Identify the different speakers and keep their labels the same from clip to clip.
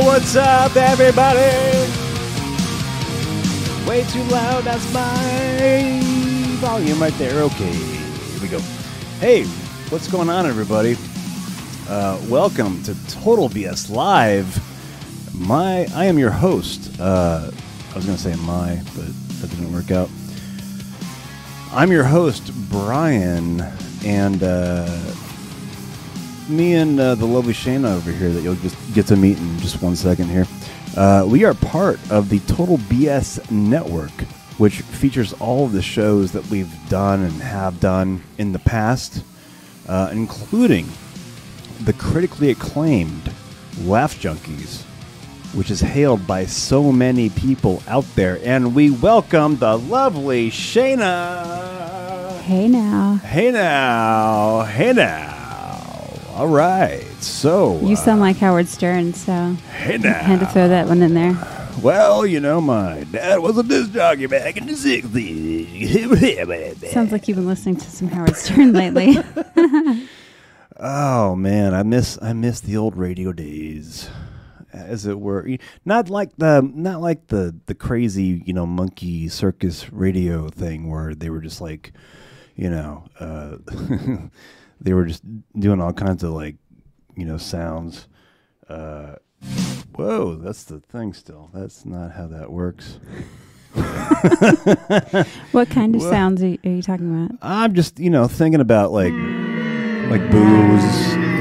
Speaker 1: What's up, everybody? Way too loud. That's my volume right there. Okay, here we go. Hey, what's going on, everybody? Uh, welcome to Total BS Live. My, I am your host. Uh, I was going to say my, but that didn't work out. I'm your host, Brian, and uh, me and uh, the lovely Shayna over here that you'll just get to meet in just one second here. Uh, we are part of the Total BS Network, which features all of the shows that we've done and have done in the past, uh, including the critically acclaimed Laugh Junkies, which is hailed by so many people out there. And we welcome the lovely Shayna.
Speaker 2: Hey now.
Speaker 1: Hey now, hey now. All right, so
Speaker 2: You sound like Howard Stern, so
Speaker 1: uh, hey
Speaker 2: I had to
Speaker 1: now.
Speaker 2: throw that one in there.
Speaker 1: Well, you know, my dad was a disc jockey back in the sixties.
Speaker 2: Sounds like you've been listening to some Howard Stern lately.
Speaker 1: oh man, I miss I miss the old radio days, as it were. Y- Not like the not like the the crazy you know monkey circus radio thing where they were just like, you know, uh, they were just doing all kinds of like you know sounds. Uh, whoa, that's the thing. Still, that's not how that works.
Speaker 2: what kind of
Speaker 1: Well-
Speaker 2: sounds are you, are you talking about?
Speaker 1: I'm just, you know, thinking about like like booze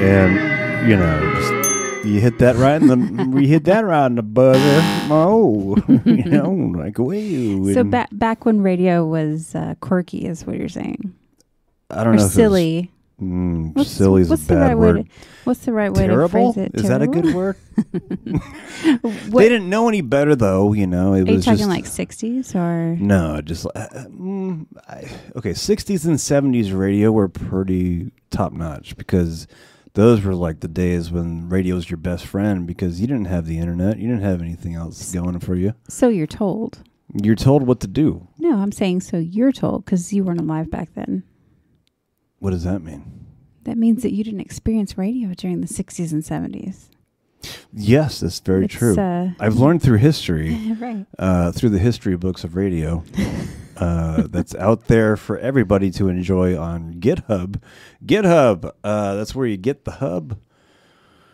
Speaker 1: and you know, just, you hit that right in the you hit that right in the buzzer. Oh, you know, like woo.
Speaker 2: So
Speaker 1: and
Speaker 2: ba- back when radio was uh, quirky, is what you're saying,
Speaker 1: I don't
Speaker 2: or
Speaker 1: know. if it was-
Speaker 2: silly?
Speaker 1: Mm, silly is a
Speaker 2: the
Speaker 1: bad
Speaker 2: right
Speaker 1: word.
Speaker 2: Way to, what's the right way
Speaker 1: Terrible?
Speaker 2: to phrase it?
Speaker 1: Is that a good word?
Speaker 2: good? What,
Speaker 1: They didn't know any better though. You know, it
Speaker 2: are you
Speaker 1: was
Speaker 2: talking
Speaker 1: just
Speaker 2: like '60s or?
Speaker 1: no, just uh, uh, mm, I, okay. Sixties and seventies radio were pretty top notch because those were like the days when radio was your best friend because you didn't have the internet, you didn't have anything else going for you.
Speaker 2: So you're told.
Speaker 1: You're told what to do.
Speaker 2: No, I'm saying so you're told because you weren't alive back then.
Speaker 1: What does that mean?
Speaker 2: That means that you didn't experience radio during the '60s and '70s.
Speaker 1: Yes, that's very
Speaker 2: It's,
Speaker 1: true.
Speaker 2: uh,
Speaker 1: I've learned through history,
Speaker 2: right.
Speaker 1: uh, through the history books of radio, uh, that's out there for everybody to enjoy on GitHub. GitHub, uh, that's where you get the hub.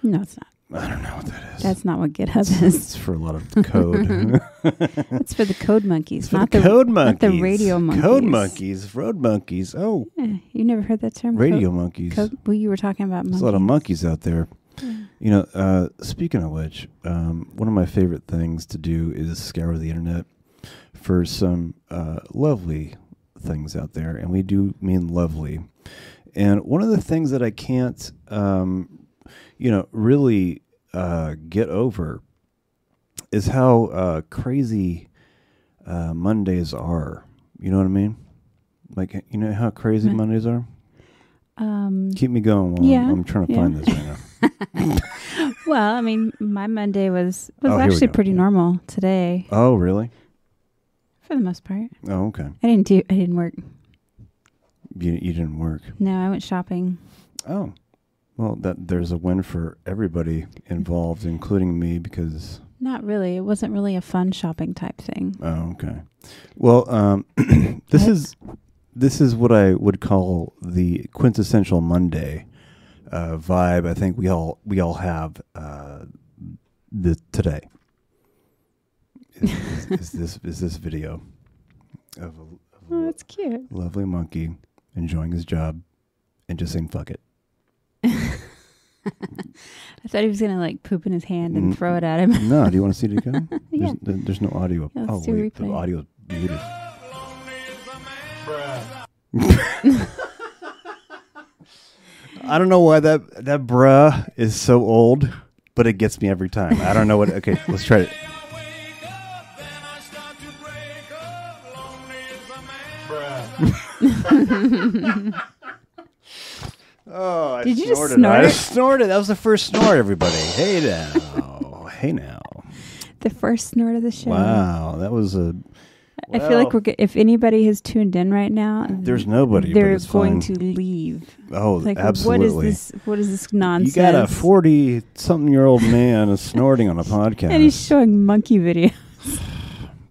Speaker 2: No, it's not.
Speaker 1: I don't know what that is.
Speaker 2: That's not what GitHub is.
Speaker 1: It's for a lot of code.
Speaker 2: It's for the code monkeys,
Speaker 1: it's for the
Speaker 2: not
Speaker 1: code
Speaker 2: not
Speaker 1: monkeys.
Speaker 2: the radio monkeys.
Speaker 1: Code monkeys, road monkeys. Oh,
Speaker 2: Yeah, Eh, you never heard that term?
Speaker 1: radio
Speaker 2: Code,
Speaker 1: monkeys.
Speaker 2: code- well, you were talking about
Speaker 1: There's
Speaker 2: monkeys. Hmm.
Speaker 1: a lot of monkeys out there. You know, uh, speaking of which, um, one of my favorite things to do is scour the internet for some uh, lovely things out there, and we do mean lovely. And one of the things that I can't, um, you know, really uh, get over is how uh, crazy uh, Mondays are. You know what I mean? Like, you know how crazy
Speaker 2: Mm.
Speaker 1: Mondays are?
Speaker 2: Um,
Speaker 1: Keep me going while
Speaker 2: Yeah,
Speaker 1: I'm, I'm trying to
Speaker 2: yeah.
Speaker 1: find this right now.
Speaker 2: Um, well, I mean, my Monday was was
Speaker 1: Oh, here we
Speaker 2: actually
Speaker 1: go.
Speaker 2: pretty normal today
Speaker 1: Oh, really?
Speaker 2: for the most part.
Speaker 1: Oh, okay.
Speaker 2: I didn't do. I didn't work.
Speaker 1: You, you didn't work.
Speaker 2: No, I went shopping.
Speaker 1: Oh, well, that there's a win for everybody involved, including me, because
Speaker 2: Not really. It wasn't really a fun shopping type thing.
Speaker 1: oh, okay. Well, um, this
Speaker 2: What?
Speaker 1: is this is what I would call the quintessential Monday uh, vibe. I think we all we all have uh, the today. Is, is, is this is this video of a, of a
Speaker 2: Oh, that's cute.
Speaker 1: lovely monkey enjoying his job and just saying fuck it?
Speaker 2: I thought he was gonna like poop in his hand and
Speaker 1: Mm.
Speaker 2: throw it at him.
Speaker 1: No, do you want to see it again?
Speaker 2: Yeah.
Speaker 1: there's, there- there's no audio.
Speaker 2: Yeah,
Speaker 1: oh,
Speaker 2: let's do
Speaker 1: wait, the
Speaker 2: replay.
Speaker 1: audio's muted. I don't know why that that bruh is so old, but it gets me every time. I don't know what. Okay, let's try it. Oh, I
Speaker 2: Did you just
Speaker 1: snorted.
Speaker 2: snort?
Speaker 1: I snorted. That was the first snort, everybody. Hey now. hey now.
Speaker 2: the first snort of the show.
Speaker 1: Wow, that was a
Speaker 2: I feel like we're. go- If anybody has tuned in right now,
Speaker 1: There's nobody, but
Speaker 2: They're
Speaker 1: it's
Speaker 2: going
Speaker 1: fine.
Speaker 2: to leave.
Speaker 1: Oh,
Speaker 2: Like,
Speaker 1: absolutely.
Speaker 2: what is this? What is this
Speaker 1: you
Speaker 2: nonsense?
Speaker 1: got a 40 something year old man is snorting on a podcast.
Speaker 2: and he's showing monkey video.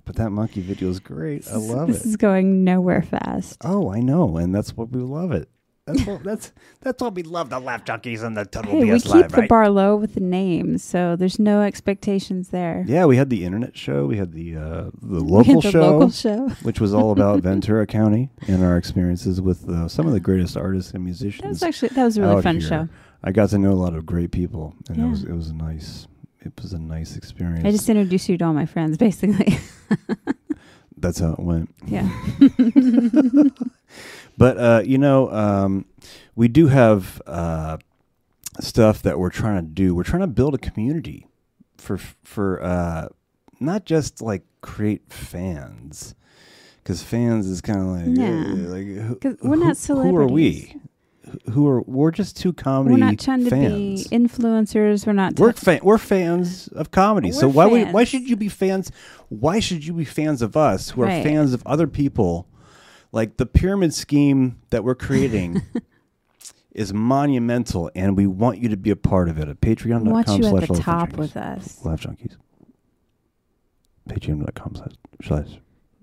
Speaker 1: but that monkey video is great. I love
Speaker 2: this
Speaker 1: it.
Speaker 2: is going nowhere fast.
Speaker 1: Oh, I know. And that's what we love it. That's what, that's that's what we love the laugh junkies and the total
Speaker 2: Hey, we
Speaker 1: BS
Speaker 2: keep
Speaker 1: live,
Speaker 2: the
Speaker 1: right?
Speaker 2: bar low with the names, so there's no expectations there.
Speaker 1: yeah, we had the internet show, we had the uh, the
Speaker 2: We had
Speaker 1: local
Speaker 2: the
Speaker 1: show,
Speaker 2: Local show.
Speaker 1: which was all about Ventura County and our experiences with uh, some of the greatest artists and musicians.
Speaker 2: That was actually that was a really
Speaker 1: out
Speaker 2: fun
Speaker 1: here.
Speaker 2: show.
Speaker 1: I got to know a lot of great people, and it
Speaker 2: Yeah.
Speaker 1: was it was a nice it was a nice experience.
Speaker 2: I just introduced you to all my friends, basically.
Speaker 1: That's how it went.
Speaker 2: yeah.
Speaker 1: But uh, you know, um, we do have uh, stuff that we're trying to do. We're trying to build a community for for uh, not just like create fans, because fans is kind of like
Speaker 2: Yeah.
Speaker 1: eh, like who,
Speaker 2: 'Cause we're not
Speaker 1: who- Who are we?
Speaker 2: celebrities.
Speaker 1: Who are we're just two comedy
Speaker 2: We're not trying to
Speaker 1: fans.
Speaker 2: be influencers. We're not.
Speaker 1: We're
Speaker 2: t-
Speaker 1: fa- we're fans of comedy. so
Speaker 2: We're
Speaker 1: why would,
Speaker 2: fans.
Speaker 1: why should you be fans? Why should you be fans of us who are
Speaker 2: Right.
Speaker 1: fans of other people? Like the pyramid scheme that we're creating is monumental, and we want you to be a part of it at
Speaker 2: we
Speaker 1: patreon.com
Speaker 2: want you at
Speaker 1: slash
Speaker 2: the top with us.
Speaker 1: Laugh Junkies. Patreon.com slash slash.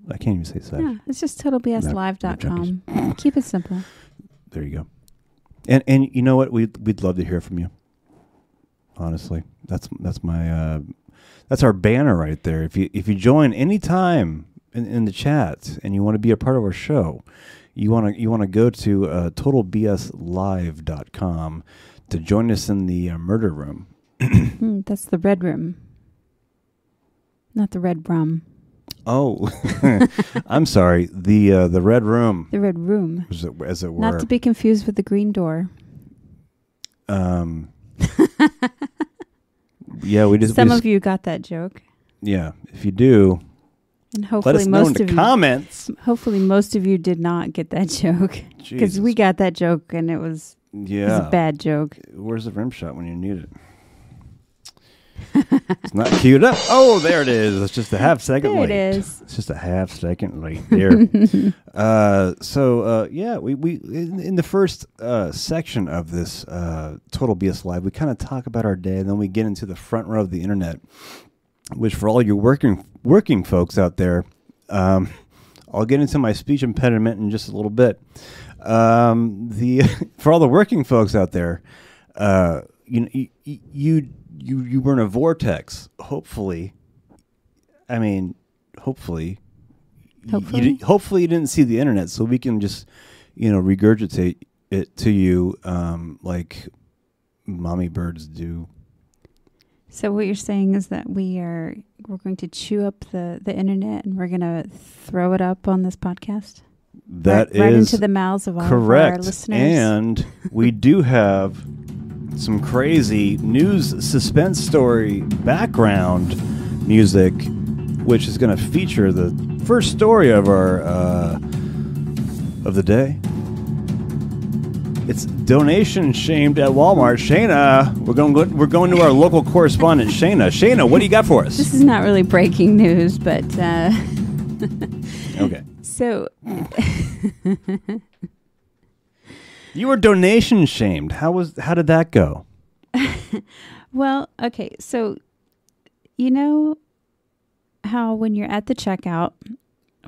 Speaker 1: I can't even say slash.
Speaker 2: Yeah, it's just
Speaker 1: Lap-
Speaker 2: totalbslive.com. Keep it simple.
Speaker 1: There you go. And and you know what? We'd we'd love to hear from you. Honestly, that's that's my uh, that's our banner right there. If you if you join any time in, in the chat and you want to be a part of our show, you want to you want to go to uh, totalbslive.com to join us in the uh, murder room.
Speaker 2: Hmm, that's the red room, not the red brum.
Speaker 1: Oh, I'm sorry. The uh, the red room,
Speaker 2: The red room,
Speaker 1: as it, as it were.
Speaker 2: not to be confused with the green door.
Speaker 1: um, yeah, we just, we
Speaker 2: Some
Speaker 1: just-
Speaker 2: of you got that joke,
Speaker 1: yeah. If you do,
Speaker 2: and
Speaker 1: Let
Speaker 2: hopefully
Speaker 1: us know in
Speaker 2: most
Speaker 1: the
Speaker 2: of
Speaker 1: comments.
Speaker 2: you, hopefully most of you did not get that joke because we got that joke and it was, it was
Speaker 1: yeah.
Speaker 2: a bad joke.
Speaker 1: Where's the rim shot when you need it? it's not queued up. Oh, there it is. It's just a half second
Speaker 2: There it
Speaker 1: late.
Speaker 2: is.
Speaker 1: It's just a half second late there. uh, so uh, yeah, we we in, in the first uh, section of this uh, total BS live, we kind of talk about our day, and then we get into the front row of the internet, which for all you working working folks out there, um, I'll get into my speech impediment in just a little bit. Um, the for all the working folks out there, uh, you, know, you you you you were in a vortex. Hopefully, I mean, hopefully, you-
Speaker 2: Hopefully?
Speaker 1: you, di- hopefully you didn't see the internet, so we can just you know regurgitate it to you um, like mommy birds do.
Speaker 2: So what you're saying is that we are we're going to chew up the the internet and we're going to throw it up on this podcast.
Speaker 1: That
Speaker 2: right,
Speaker 1: is
Speaker 2: right into the mouths of all
Speaker 1: Correct.
Speaker 2: of our listeners.
Speaker 1: And we do have some crazy news suspense story background music, which is going to feature the first story of our uh, of the day. It's donation shamed at Walmart. Shayna, we're going. We're going to our local correspondent, Shayna. Shayna, what do you got for us?
Speaker 2: this is not really breaking news, but uh,
Speaker 1: Okay,
Speaker 2: so
Speaker 1: you were donation shamed. How was? How did that go?
Speaker 2: well, okay, so you know how when you're at the checkout,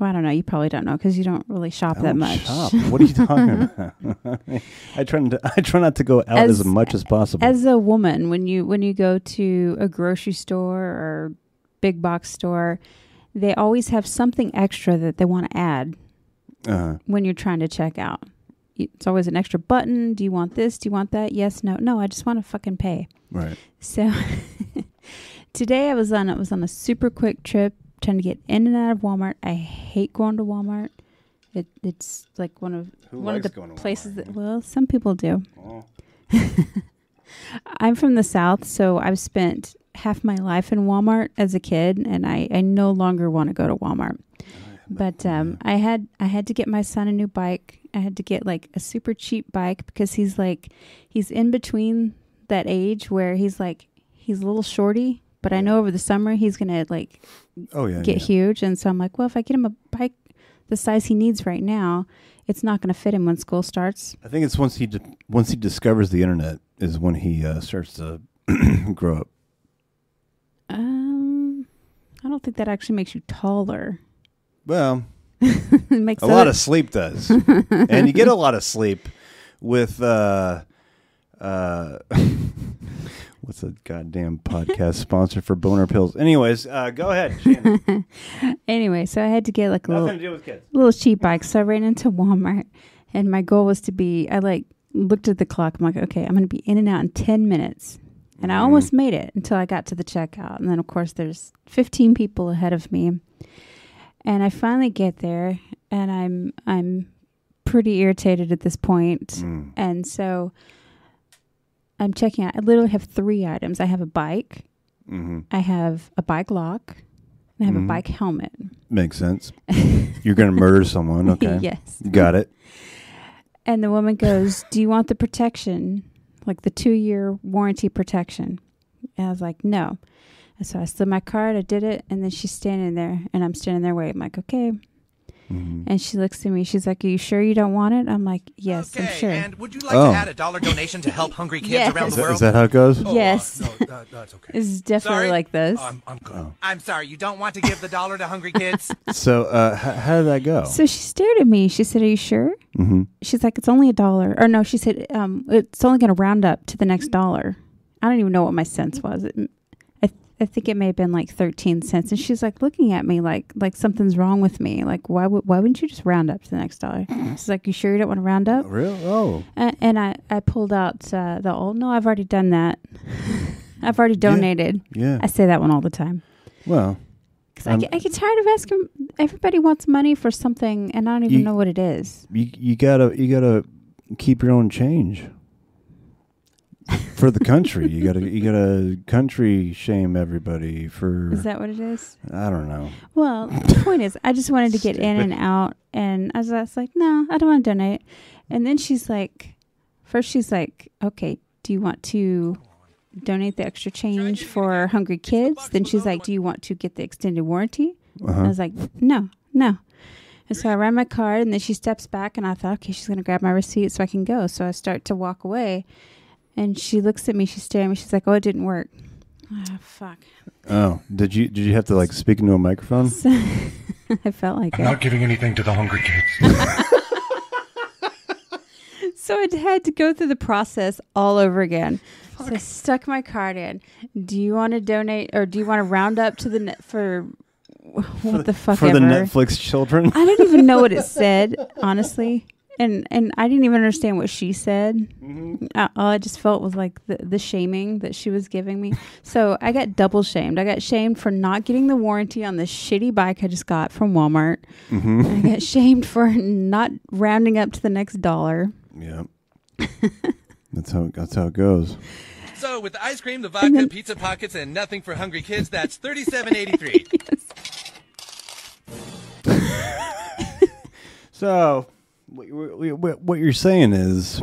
Speaker 2: well, I don't know, you probably don't know because you don't really shop
Speaker 1: I
Speaker 2: that
Speaker 1: don't
Speaker 2: much.
Speaker 1: shop. What are you talking about? I try to, I try not to go out as,
Speaker 2: As-
Speaker 1: much as possible.
Speaker 2: As a woman, when you when you go to a grocery store or big box store, they always have something extra that they want to add
Speaker 1: uh,
Speaker 2: when you're trying to check out. It's always an extra button. Do you want this? Do you want that? Yes, no, no. I just want to fucking pay.
Speaker 1: right.
Speaker 2: So today I was on it was on a super quick trip trying to get in and out of Walmart. I hate going to Walmart. It, it's like one of
Speaker 1: Who
Speaker 2: one of
Speaker 1: likes
Speaker 2: the
Speaker 1: going to
Speaker 2: places
Speaker 1: Walmart?
Speaker 2: that well some people do.
Speaker 1: Oh.
Speaker 2: I'm from the South, so I've spent half my life in Walmart as a kid, and I, I no longer want to go to Walmart. But um, I had I had to get my son a new bike. I had to get like a super cheap bike because he's like he's in between that age where he's like he's a little shorty, but I know over the summer he's gonna like
Speaker 1: Oh yeah.
Speaker 2: get
Speaker 1: yeah.
Speaker 2: huge, and so I'm like, well, if I get him a bike the size he needs right now, it's not going to fit him when school starts.
Speaker 1: I think it's once he di- once he discovers the internet is when he uh, starts to grow up.
Speaker 2: Um, I don't think that actually makes you taller.
Speaker 1: Well,
Speaker 2: it makes
Speaker 1: a lot of sleep does, and you get a lot of sleep with uh, uh, what's a goddamn podcast sponsor for boner pills? Anyways, uh, go ahead. Shannon.
Speaker 2: anyway. So I had to get like a
Speaker 1: Nothing to
Speaker 2: little,
Speaker 1: do with kids.
Speaker 2: little cheap bike. So I ran into Walmart, and my goal was to be. I like looked at the clock. I'm like, okay, I'm going to be in and out in ten minutes, and I
Speaker 1: Mm.
Speaker 2: almost made it until I got to the checkout. And then of course there's 15 people ahead of me, and I finally get there, and I'm I'm pretty irritated at this point.
Speaker 1: Mm.
Speaker 2: And so I'm checking out. I literally have three items. I have a bike,
Speaker 1: hmm
Speaker 2: I have a bike lock, and I have
Speaker 1: Mhm.
Speaker 2: a bike helmet.
Speaker 1: Makes sense. You're gonna murder someone, okay?
Speaker 2: yes.
Speaker 1: Got it.
Speaker 2: And the woman goes, Do you want the protection, like the two year warranty protection? And I was like, No. And so I slid my card, I did it, and then she's standing there, and I'm standing there waiting. I'm like, Okay.
Speaker 1: Mhm.
Speaker 2: And she looks at me. She's like, Are you sure you don't want it? I'm like, Yes,
Speaker 3: okay,
Speaker 2: I'm sure.
Speaker 3: And would you like
Speaker 1: Oh.
Speaker 3: to add a dollar donation to help hungry kids
Speaker 2: Yes.
Speaker 3: around
Speaker 1: Is
Speaker 3: the
Speaker 1: that,
Speaker 3: world?
Speaker 1: is that how it goes?
Speaker 3: Oh, uh,
Speaker 2: Yes.
Speaker 3: no, that- that's okay.
Speaker 2: This is definitely
Speaker 3: Sorry.
Speaker 2: like this.
Speaker 3: I'm, I'm good.
Speaker 1: Oh.
Speaker 3: I'm sorry. You don't want to give the dollar to hungry kids?
Speaker 1: So, uh, h- how did that go?
Speaker 2: so she stared at me. She said, Are you sure?
Speaker 1: hmm
Speaker 2: she's like, it's only a dollar. Or no, she said, um, it's only going to round up to the next
Speaker 1: Mm-hmm.
Speaker 2: dollar. I don't even know what my sense was. It, I, I think it may have been like 13 cents. And she's like looking at me like, like something's wrong with me. Like, why would, why wouldn't you just round up to the next dollar?
Speaker 1: Mm-hmm.
Speaker 2: She's like, you sure you don't want to round up?
Speaker 1: Real? Oh,
Speaker 2: And, and I, I pulled out uh, the old, no, I've already done that. I've already donated.
Speaker 1: yeah.
Speaker 2: I say that one all the time.
Speaker 1: Well,
Speaker 2: Because I,
Speaker 1: Um,
Speaker 2: get, I get tired of asking, everybody wants money for something and I don't even
Speaker 1: You-
Speaker 2: know what it is.
Speaker 1: you you gotta you gotta keep your own change for the country. you gotta you gotta country shame everybody for
Speaker 2: Is that what it is?
Speaker 1: I don't know.
Speaker 2: Well, the point is, I just wanted to get in and out, and I was, I was like, no, I don't want to donate. And then she's like, first she's like, okay, do you want to donate the extra change for hungry kids? Then she's like, do you want to get the extended warranty? I
Speaker 1: Uh-huh.
Speaker 2: was like, no, no. And so I ran my card, and then she steps back, and I thought, okay, she's going to grab my receipt so I can go. So I start to walk away, and she looks at me, she's staring at me, she's like, oh, it didn't work. Ah, fuck.
Speaker 1: Oh, did you did you have to like speak into a microphone?
Speaker 2: So I felt like it.
Speaker 4: giving anything to the hungry kids.
Speaker 2: So I had to go through the process all over again. So I stuck my card in. Do you want to donate or do you want to round up to the net for what the fuck
Speaker 1: For
Speaker 2: ever?
Speaker 1: the Netflix children?
Speaker 2: I don't even know what it said, honestly. And and I didn't even understand what she said. Uh, all I just felt was like the, the shaming that she was giving me. So I got double shamed. I got shamed for not getting the warranty on this shitty bike I just got from Walmart.
Speaker 1: Mm-hmm.
Speaker 2: I got shamed for not rounding up to the next dollar.
Speaker 1: yeah. That's how that's how it goes.
Speaker 3: so with the ice cream, the vodka, pizza pockets, and nothing for hungry kids, that's thirty-seven eighty-three.
Speaker 1: So, what, you- what, what you're saying is,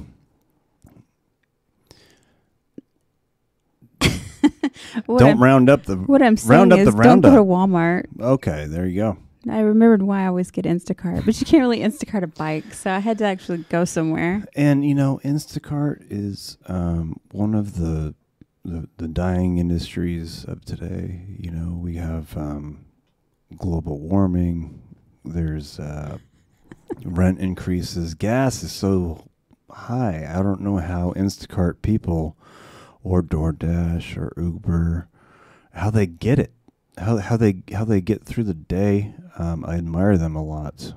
Speaker 2: What
Speaker 1: don't
Speaker 2: I'm,
Speaker 1: round up the
Speaker 2: what I'm saying
Speaker 1: round up
Speaker 2: is
Speaker 1: the round
Speaker 2: don't
Speaker 1: up.
Speaker 2: go to Walmart.
Speaker 1: Okay, there you go.
Speaker 2: I remembered why I always get Instacart, but you can't really Instacart a bike, so I had to actually go somewhere.
Speaker 1: And you know, Instacart is um, one of the, the the dying industries of today. You know, we have um, global warming. There's uh, rent increases. Gas is so high. I don't know how Instacart people or DoorDash or Uber how they get it. How how they how they get through the day. Um, I admire them a lot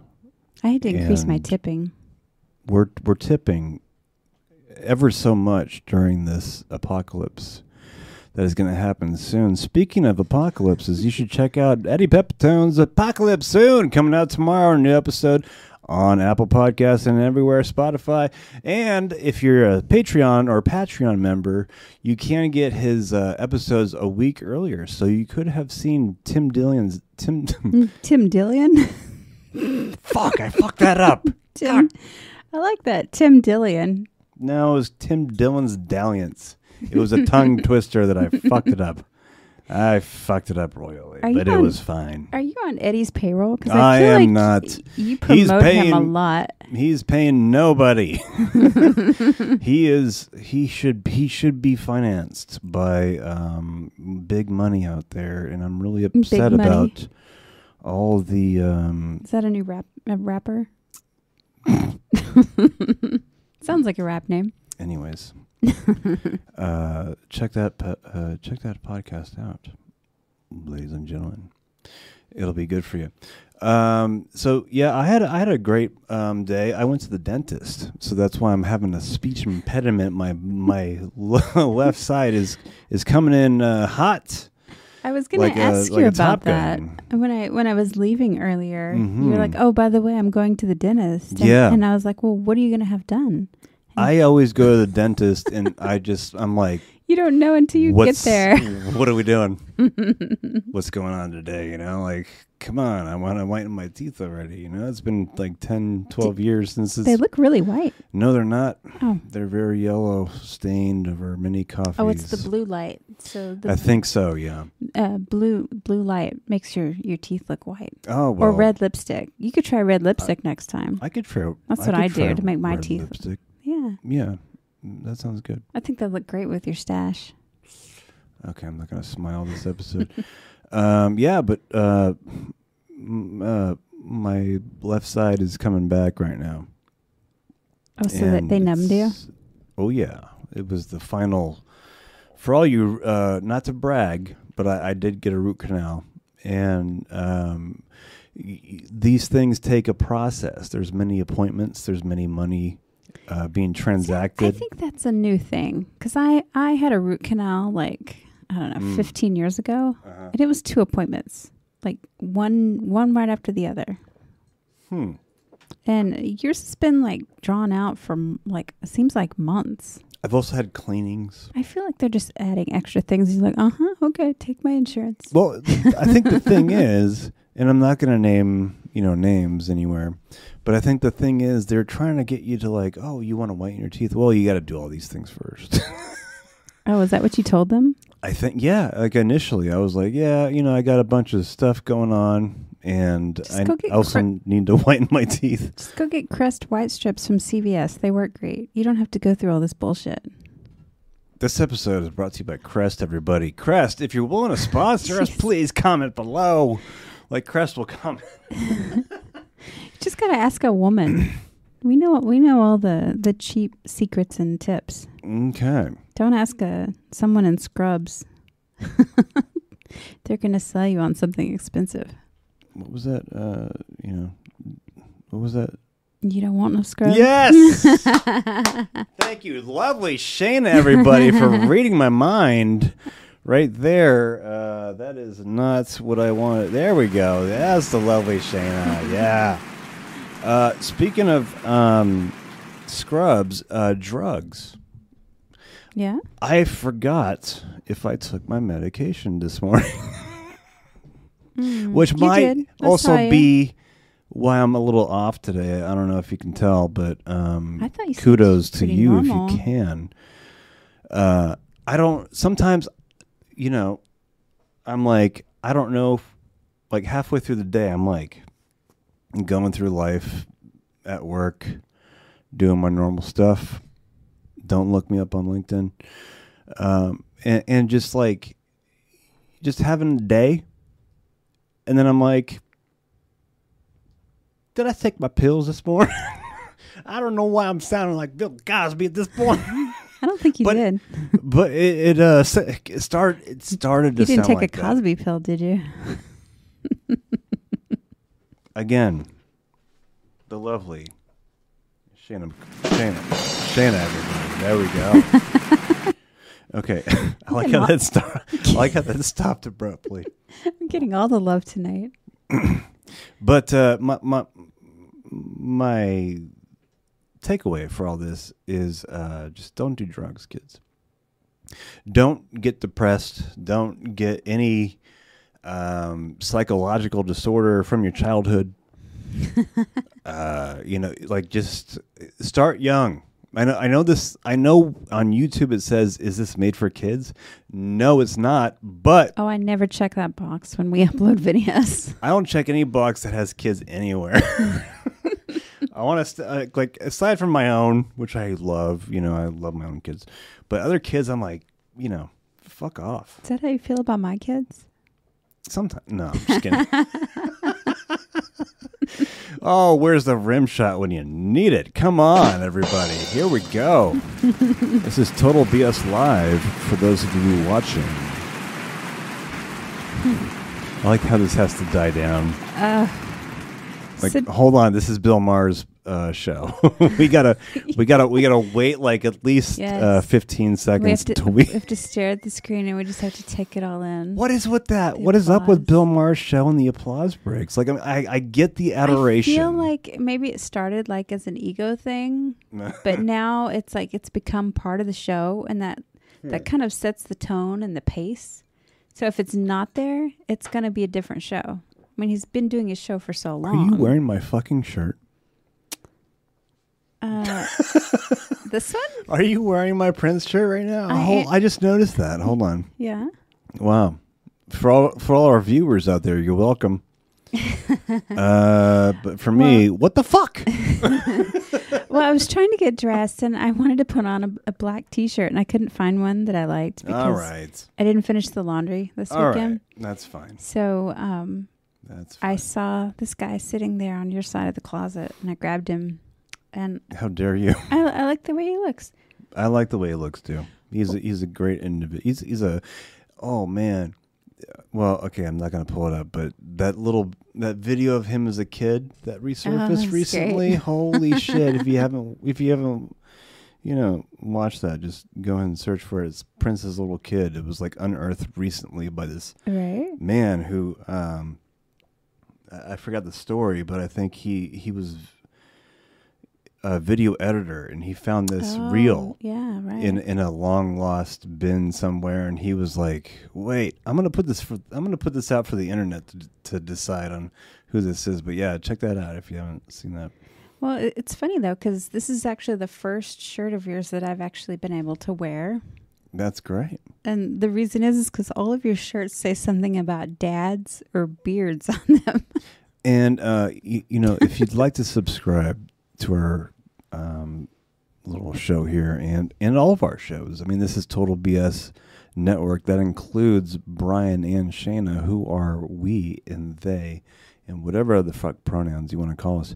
Speaker 2: I had to increase my
Speaker 1: And-
Speaker 2: tipping.
Speaker 1: we're we're tipping ever so much during this apocalypse that is going to happen soon. Speaking of apocalypses, you should check out Eddie Pepitone's Apocalypse Soon coming out tomorrow. New episode on Apple Podcasts and everywhere, Spotify. And if you're a Patreon or Patreon member, you can get his uh, episodes a week earlier. So you could have seen Tim Dillon's Tim.
Speaker 2: Tim Dillion.
Speaker 1: fuck, I fucked that up.
Speaker 2: Tim, I like that. Tim Dillion.
Speaker 1: No, it was Tim Dillon's dalliance. It was a tongue twister that I fucked it up. I fucked it up royally,
Speaker 2: Are you
Speaker 1: but it
Speaker 2: on-
Speaker 1: was fine.
Speaker 2: Are you on Eddie's payroll? Because
Speaker 1: I
Speaker 2: feel
Speaker 1: am
Speaker 2: like
Speaker 1: not.
Speaker 2: y- You
Speaker 1: He's
Speaker 2: promote him a
Speaker 1: paying-
Speaker 2: lot.
Speaker 1: He's paying nobody. he is. He should. He should be financed by um, big money out there, and I'm really upset
Speaker 2: money.
Speaker 1: about all the. Um,
Speaker 2: Is that a new rap a rapper? Sounds like a rap name.
Speaker 1: anyways, uh, check that. po- Uh, check that podcast out, ladies and gentlemen. It'll be good for you. Um, so yeah, I had I had a great um, day. I went to the dentist, so that's why I'm having a speech impediment. My my left side is is coming in uh, hot.
Speaker 2: I was gonna
Speaker 1: Like a-
Speaker 2: ask
Speaker 1: like
Speaker 2: you
Speaker 1: a
Speaker 2: about
Speaker 1: Top
Speaker 2: that
Speaker 1: Gun. Mm-hmm.
Speaker 2: when I when I was leaving earlier. You were like, "Oh, by the way, I'm going to the dentist." And,
Speaker 1: Yeah.
Speaker 2: and I was like, "Well, what are you gonna have done?
Speaker 1: I always go to the dentist, and I just I'm like,
Speaker 2: You don't know until you
Speaker 1: what's
Speaker 2: get there."
Speaker 1: what are we doing? What's going on today? You know, like come on, I want to whiten my teeth already. You know, it's been like 10, 12 years since it's.
Speaker 2: They look really white.
Speaker 1: no, they're not.
Speaker 2: Oh,
Speaker 1: They're very yellow, stained over many coffees.
Speaker 2: oh, it's the blue light. So the
Speaker 1: I think so. Yeah.
Speaker 2: uh, blue blue light makes your your teeth look white.
Speaker 1: Oh well.
Speaker 2: or red lipstick. You could try red lipstick next time.
Speaker 1: I could try.
Speaker 2: That's what
Speaker 1: could
Speaker 2: I do
Speaker 1: try
Speaker 2: to make my
Speaker 1: red
Speaker 2: teeth-
Speaker 1: Lipstick.
Speaker 2: yeah,
Speaker 1: Yeah, Mm, that sounds good.
Speaker 2: I think that look great with your stash.
Speaker 1: Okay, I'm not gonna smile this episode. um, yeah, but uh, m- uh, my left side is coming back right now.
Speaker 2: Oh, so that
Speaker 1: and
Speaker 2: they numbed you.
Speaker 1: it's- Oh yeah, it was the final. For all you, uh, not to brag, but I, I did get a root canal, and um, y- y- these things take a process. There's many appointments. There's many money uh, being
Speaker 2: I
Speaker 1: transacted.
Speaker 2: think that's a new thing because I I had a root canal like I don't
Speaker 1: Mm.
Speaker 2: know 15 years ago,
Speaker 1: Uh-huh.
Speaker 2: and it was two appointments, like one one right after the other.
Speaker 1: Hmm.
Speaker 2: And yours has been like drawn out from like it seems like months.
Speaker 1: I've also had cleanings.
Speaker 2: I feel like they're just adding extra things. You're like, uh huh, okay, take my insurance.
Speaker 1: Well, I think the thing is, and I'm not going to name you know names anywhere, but I think the thing is they're trying to get you to like, oh, you want to whiten your teeth? Well, you got to do all these things first.
Speaker 2: Oh, is that what you told them?
Speaker 1: I think yeah. Like initially, I was like, yeah, you know, I got a bunch of stuff going on, and I
Speaker 2: go get
Speaker 1: also need to whiten my teeth.
Speaker 2: Just go get Crest White Strips from CVS. They work great. You don't have to go through all this bullshit.
Speaker 1: This episode is brought to you by Crest. Everybody, Crest. If you're willing to sponsor us,
Speaker 2: Jeez.
Speaker 1: please comment below. Like Crest will comment.
Speaker 2: Just gotta ask a woman. we know we know all the the cheap secrets and tips.
Speaker 1: Okay.
Speaker 2: Don't ask a someone in scrubs. They're gonna sell you on something expensive.
Speaker 1: What was that? Uh, you know, what was that?
Speaker 2: You don't want no scrubs.
Speaker 1: Yes. Thank you, lovely Shana, everybody, for reading my mind. Right there, uh, that is not what I wanted. There we go. That's the lovely Shana. Yeah. Uh, speaking of um, scrubs, uh, drugs.
Speaker 2: Yeah.
Speaker 1: I forgot if I took my medication this morning, which might
Speaker 2: did. I
Speaker 1: also
Speaker 2: saw you.
Speaker 1: be why I'm a little off today. I don't know if you can tell, but um,
Speaker 2: I thought you seemed
Speaker 1: kudos to
Speaker 2: pretty
Speaker 1: you if
Speaker 2: normal.
Speaker 1: you can. Uh, I don't. Sometimes, you know, I'm like I don't know. If, like halfway through the day, I'm like going through life at work, doing my normal stuff. Don't look me up on LinkedIn um, and, and just like just having a day and then i'm like did i take my pills this morning i don't know why i'm sounding like bill cosby at this point
Speaker 2: I don't think you
Speaker 1: But-
Speaker 2: did.
Speaker 1: but it, it uh s- it started it started to
Speaker 2: You didn't
Speaker 1: sound
Speaker 2: take
Speaker 1: like
Speaker 2: a
Speaker 1: that.
Speaker 2: Cosby pill, did you?
Speaker 1: again the lovely shannon shannon shannon everybody there we go okay i like how that start i like how that stopped abruptly
Speaker 2: I'm getting all the love tonight.
Speaker 1: But uh, my my my takeaway for all this is uh, just don't do drugs, kids. Don't get depressed. Don't get any um, psychological disorder from your childhood. uh, you know, like just start young. I know. I know this. I know on YouTube it says, "Is this made for kids?" No, it's not. But
Speaker 2: Oh, I never check that box when we upload videos.
Speaker 1: I don't check any box that has kids anywhere. I want to st- uh, like aside from my own, which I love. You know, I love my own kids, but other kids, I'm like, you know, fuck off.
Speaker 2: Is that how you feel about my kids?
Speaker 1: Sometimes no, I'm just kidding. oh, where's the rim shot when you need it? Come on, everybody, here we go. this is Total BS Live for those of you watching. I like how this has to die down. Like,
Speaker 2: Uh, Sid-
Speaker 1: hold on, this is Bill Maher's uh, show. we gotta, we gotta, we gotta wait like at least
Speaker 2: Yes.
Speaker 1: uh, fifteen
Speaker 2: we have
Speaker 1: seconds
Speaker 2: to,
Speaker 1: to
Speaker 2: we
Speaker 1: we.
Speaker 2: have to stare at the screen and we just have to take it all in.
Speaker 1: What is with that? What is up with
Speaker 2: applause.
Speaker 1: Bill Maher's show and the applause breaks? Like, I, mean, I, I get the adoration.
Speaker 2: I feel like maybe it started like as an ego thing, but now it's like it's become part of the show, and that
Speaker 1: Hmm.
Speaker 2: that kind of sets the tone and the pace. So if it's not there, it's going to be a different show. I mean, he's been doing his show for so
Speaker 1: Are
Speaker 2: long.
Speaker 1: you wearing my fucking shirt? Uh,
Speaker 2: this one?
Speaker 1: Are you wearing my Prince shirt right now?
Speaker 2: I-
Speaker 1: Hol- I just noticed that. Hold on.
Speaker 2: Yeah.
Speaker 1: Wow. For all for all our viewers out there, you're welcome. uh, but for me, what the fuck?
Speaker 2: Well, I was trying to get dressed, and I wanted to put on a, a black T-shirt, and I couldn't find one that I liked because
Speaker 1: all right.
Speaker 2: I didn't finish the laundry this
Speaker 1: All
Speaker 2: weekend.
Speaker 1: right. That's fine.
Speaker 2: So um,
Speaker 1: That's fine.
Speaker 2: I saw this guy sitting there on your side of the closet, and I grabbed him, and
Speaker 1: How dare you?
Speaker 2: I, I like the way he looks.
Speaker 1: I like the way he looks too. He's a, he's a great individual. He's he's a oh man. Well, okay, I'm not gonna pull it up, but that little that video of him as a kid that
Speaker 2: Oh, that's
Speaker 1: resurfaced
Speaker 2: great.
Speaker 1: recently. Holy shit! If you haven't if you haven't you know watched that, just go ahead and search for it. It's Prince's little kid. It was like unearthed recently by this
Speaker 2: Right?
Speaker 1: man who um I I forgot the story, but I think he he was a video editor and he found this reel
Speaker 2: Oh, Yeah, right.
Speaker 1: in in a long lost bin somewhere and he was like wait i'm gonna put this for i'm gonna put this out for the internet to, to decide on who this is but yeah check that out if you haven't seen that
Speaker 2: well, it- it's funny though because this is actually the first shirt of yours that I've actually been able to wear,
Speaker 1: that's great
Speaker 2: and the reason is is because all of your shirts say something about dads or beards on them.
Speaker 1: and uh you, you know if you'd like to subscribe to our um little show here and and all of our shows i mean this is total bs network that includes brian and shana who are we and they and whatever other fuck pronouns you want to call us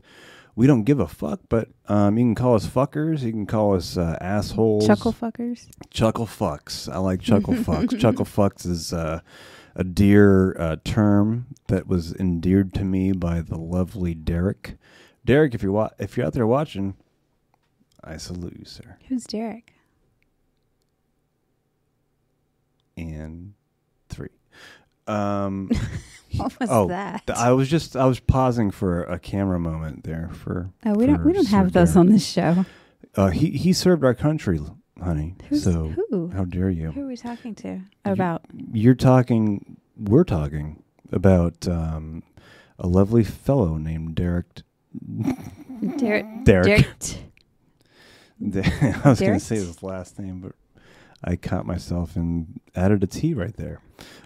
Speaker 1: we don't give a fuck but um, you can call us fuckers you can call us uh, assholes
Speaker 2: Chuckle fuckers.
Speaker 1: Chuckle fucks. I like chuckle fucks. chuckle fucks is uh, a dear uh, term that was endeared to me by the lovely Derek. Derek, if you're wa- if you're out there watching, I salute you, sir.
Speaker 2: Who's Derek?
Speaker 1: And three. Um,
Speaker 2: What was
Speaker 1: oh,
Speaker 2: that?
Speaker 1: th- I was just I was pausing for a camera moment there for.
Speaker 2: oh, we don't
Speaker 1: for
Speaker 2: we don't
Speaker 1: Sir
Speaker 2: have those
Speaker 1: Derek.
Speaker 2: on this show.
Speaker 1: Uh, he he served our country, l- honey.
Speaker 2: Who's
Speaker 1: so
Speaker 2: who?
Speaker 1: how dare you?
Speaker 2: Who are we talking to about?
Speaker 1: you're talking we're talking about um, a lovely fellow named Derek
Speaker 2: Derek.
Speaker 1: Derek,
Speaker 2: Derek.
Speaker 1: I was going to
Speaker 2: Derek?
Speaker 1: say his last name but I caught myself and added a T right there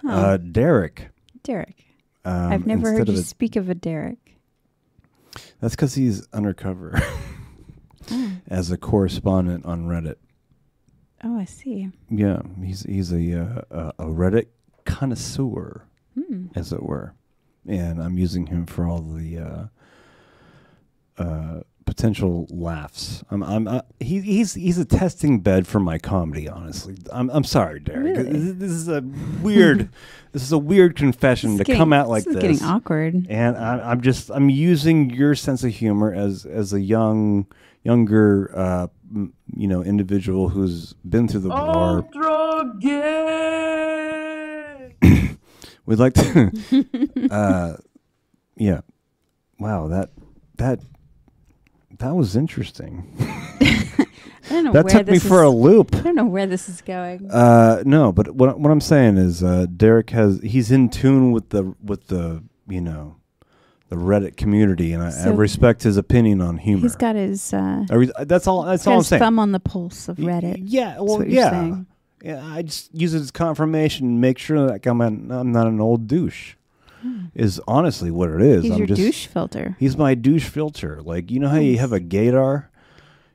Speaker 1: uh, Derek
Speaker 2: Oh, Derek.
Speaker 1: um,
Speaker 2: I've never
Speaker 1: instead
Speaker 2: heard
Speaker 1: of
Speaker 2: you
Speaker 1: a-
Speaker 2: speak of a Derek.
Speaker 1: that's because he's undercover
Speaker 2: Hmm.
Speaker 1: as a correspondent on Reddit
Speaker 2: Oh, I see.
Speaker 1: yeah he's he's a uh, a- a Reddit connoisseur
Speaker 2: Hmm.
Speaker 1: as it were. And I'm using him for all the uh, uh, potential laughs. I'm, I'm, uh, he, he's, he's a testing bed for my comedy. Honestly, I'm, I'm sorry, Derek.
Speaker 2: Really?
Speaker 1: This, this is a weird, this is a weird confession
Speaker 2: It's
Speaker 1: to
Speaker 2: getting-
Speaker 1: come out like
Speaker 2: this.
Speaker 1: this.
Speaker 2: is getting awkward.
Speaker 1: And I'm, I'm just, I'm using your sense of humor as, as a young, younger, uh, m- you know, individual who's been through the war. We'd like to, uh, yeah. Wow that that that was interesting.
Speaker 2: I don't know
Speaker 1: That
Speaker 2: where
Speaker 1: took
Speaker 2: this
Speaker 1: me for a
Speaker 2: is,
Speaker 1: loop.
Speaker 2: I don't know where this is going.
Speaker 1: Uh, no, but what what I'm saying is, uh, Derek has he's in tune with the with the you know the Reddit community, and I, I
Speaker 2: So-
Speaker 1: respect his opinion on humor.
Speaker 2: He's got his uh,
Speaker 1: I re- that's all. That's
Speaker 2: got
Speaker 1: all I'm
Speaker 2: his
Speaker 1: saying.
Speaker 2: thumb on the pulse of Reddit.
Speaker 1: Yeah. Well,
Speaker 2: what you're
Speaker 1: yeah.
Speaker 2: saying.
Speaker 1: Yeah. I just use it as confirmation, make sure that I'm, an, I'm not an old douche. Is honestly what it is.
Speaker 2: Hmm. He's
Speaker 1: I'm
Speaker 2: your
Speaker 1: just,
Speaker 2: douche filter.
Speaker 1: He's my douche filter. Like you know how you have a gaydar,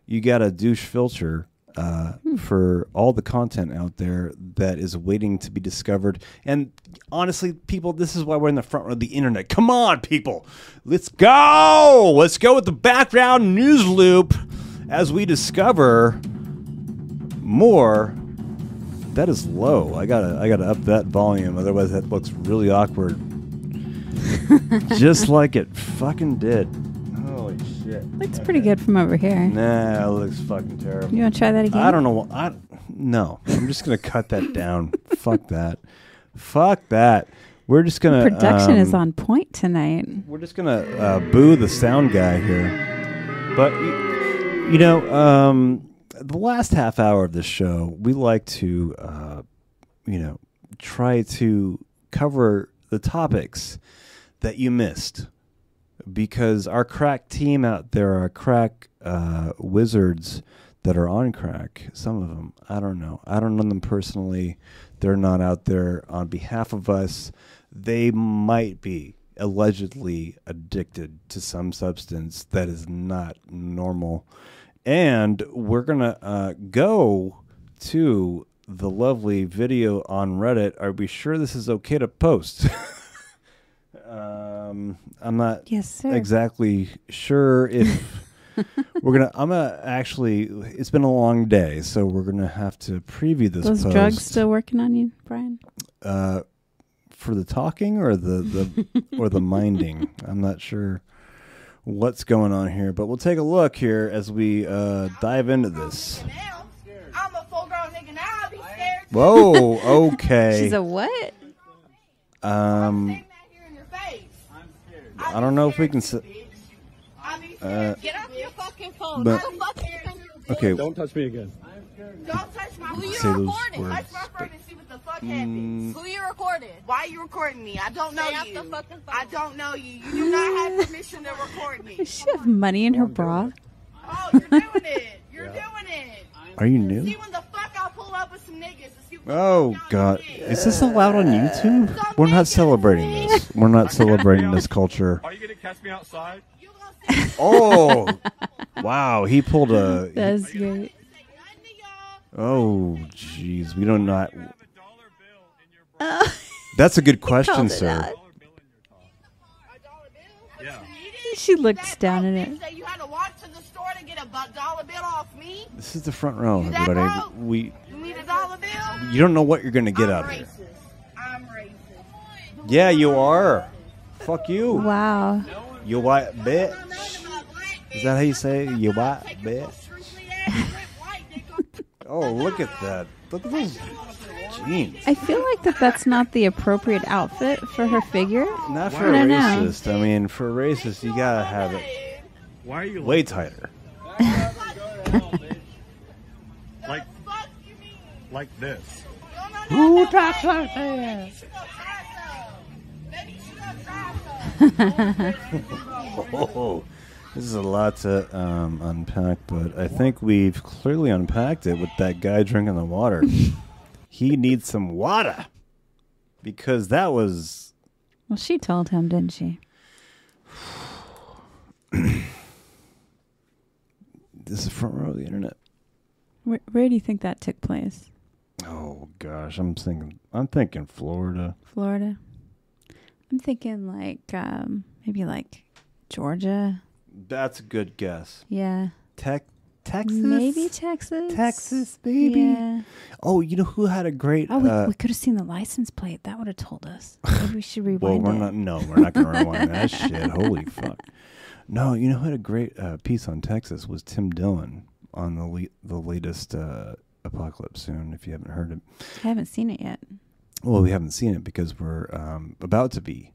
Speaker 1: you got a douche filter uh, for all the content out there that is waiting to be discovered. And honestly, people, this is why we're in the front row of the internet. Come on, people, let's go. Let's go with the background news loop as we discover more. That is low. I gotta, I gotta up that volume. Otherwise, that looks really awkward just like it fucking did. Holy shit.
Speaker 2: Looks pretty good from over here.
Speaker 1: Nah, it looks fucking terrible.
Speaker 2: You want to try that again?
Speaker 1: I don't know. wh- I no. I'm just gonna cut that down. Fuck that. Fuck that. We're just gonna
Speaker 2: Production is
Speaker 1: um,
Speaker 2: on point tonight.
Speaker 1: We're just gonna uh, boo the sound guy here. But y- you know, um, the last half hour of this show, we like to, uh, you know, try to cover the topics that you missed because our crack team out there are crack uh, wizards that are on crack. Some of them, I don't know. I don't know them personally. They're not out there on behalf of us. They might be allegedly addicted to some substance that is not normal. And we're going to uh, go to the lovely video on Reddit. Are we sure this is okay to post? um, I'm not
Speaker 2: Yes, sir.
Speaker 1: exactly sure if we're gonna i'm gonna actually it's been a long day so we're gonna have to preview this
Speaker 2: Those
Speaker 1: post
Speaker 2: drugs still working on you, Brian?
Speaker 1: uh for the talking or the the or the minding i'm not sure what's going on here but we'll take a look here as we uh dive into this
Speaker 5: now. I'm a full grown nigga now. I'll be scared.
Speaker 1: whoa okay
Speaker 2: She's a what?
Speaker 1: um
Speaker 5: Sitting out here in your face.
Speaker 1: i don't know if we can s
Speaker 5: I'll be scared.
Speaker 6: Get off your fucking phone.
Speaker 1: but-
Speaker 6: I'll fucking send you a
Speaker 1: okay
Speaker 7: Don't touch me again.
Speaker 5: Don't touch my phone.
Speaker 1: say those
Speaker 5: Touch
Speaker 1: words
Speaker 5: my phone and see what the fuck
Speaker 6: bitch.
Speaker 5: happens.
Speaker 6: Who you recording?
Speaker 5: Why are you recording me? I don't know
Speaker 6: Stay off
Speaker 5: you.
Speaker 6: the fucking phone.
Speaker 5: I don't know you. You do not have permission to record me.
Speaker 2: Does she have money in her bra?
Speaker 5: Oh, you're doing it. You're doing it.
Speaker 1: are you
Speaker 5: See
Speaker 1: new
Speaker 5: when the fuck I pull up with some niggas to see what the
Speaker 1: Oh
Speaker 5: fuck y'all
Speaker 1: God!
Speaker 5: did.
Speaker 1: Is this allowed on YouTube? We're not celebrating this. We're not celebrating this culture.
Speaker 4: Are you gonna catch me outside?
Speaker 5: You gonna see none
Speaker 1: Oh, wow! He pulled a.
Speaker 2: That's great.
Speaker 5: of y'all.
Speaker 1: Oh, jeez, we don't not.
Speaker 4: Have a dollar bill in your
Speaker 2: Oh.
Speaker 1: That's a good question, sir.
Speaker 2: out.
Speaker 4: dollar bill in your car.
Speaker 5: A dollar bill? What
Speaker 4: Yeah.
Speaker 5: you needed?
Speaker 2: She looks
Speaker 5: That
Speaker 2: down
Speaker 5: broke
Speaker 2: at it.
Speaker 5: bitch That you had to walk to the store to get a bu- dollar bill off me?
Speaker 1: This is the front row, everybody. We,
Speaker 5: You need a dollar bill?
Speaker 1: you don't know what you're gonna get out
Speaker 5: I'm
Speaker 1: here.
Speaker 5: racist. I'm racist.
Speaker 1: Yeah, you are. Fuck you.
Speaker 2: Wow.
Speaker 1: You white
Speaker 5: I'm
Speaker 1: bitch.
Speaker 5: not about black, bitch.
Speaker 1: Is that how you say it? You
Speaker 5: Shut the fuck up.
Speaker 1: white
Speaker 5: Take your little
Speaker 1: bitch?
Speaker 5: shrimply ass rip white nigga.
Speaker 1: Oh, look at that. Look at those jeans.
Speaker 2: I feel like that that's not the appropriate outfit for her figure.
Speaker 1: Not for a
Speaker 2: I don't know.
Speaker 1: racist. I mean, for a racist, you gotta have it
Speaker 4: Why are you
Speaker 1: way tighter.
Speaker 4: like
Speaker 5: Fuck you mean?
Speaker 4: like this?
Speaker 5: Y'all not Who talks like that? Maybe she gonna try some. Maybe she gonna try some.
Speaker 1: Oh, this is a lot to um, unpack, but I think we've clearly unpacked it with that guy drinking the water. he needs some water because that was
Speaker 2: Well, she told him, didn't she?
Speaker 1: this is the front row of the internet.
Speaker 2: Where, where do you think that took place?
Speaker 1: Oh gosh, I'm thinking, I'm thinking Florida.
Speaker 2: Florida. I'm thinking like um, maybe like Georgia.
Speaker 1: That's a good guess.
Speaker 2: Yeah,
Speaker 1: Tech, Texas,
Speaker 2: maybe Texas.
Speaker 1: Texas, baby.
Speaker 2: Yeah.
Speaker 1: Oh, you know who had a great?
Speaker 2: Oh, we,
Speaker 1: uh,
Speaker 2: we could have seen the license plate. That would have told us. Maybe we should rewind
Speaker 1: Well, we're
Speaker 2: it.
Speaker 1: not. No, we're not going to rewind that shit. Holy fuck! No, you know who had a great uh, piece on Texas was Tim Dillon on the le- the latest uh, Apocalypse Soon. If you haven't heard it,
Speaker 2: I haven't seen it yet.
Speaker 1: well, we haven't seen it because we're um, about to be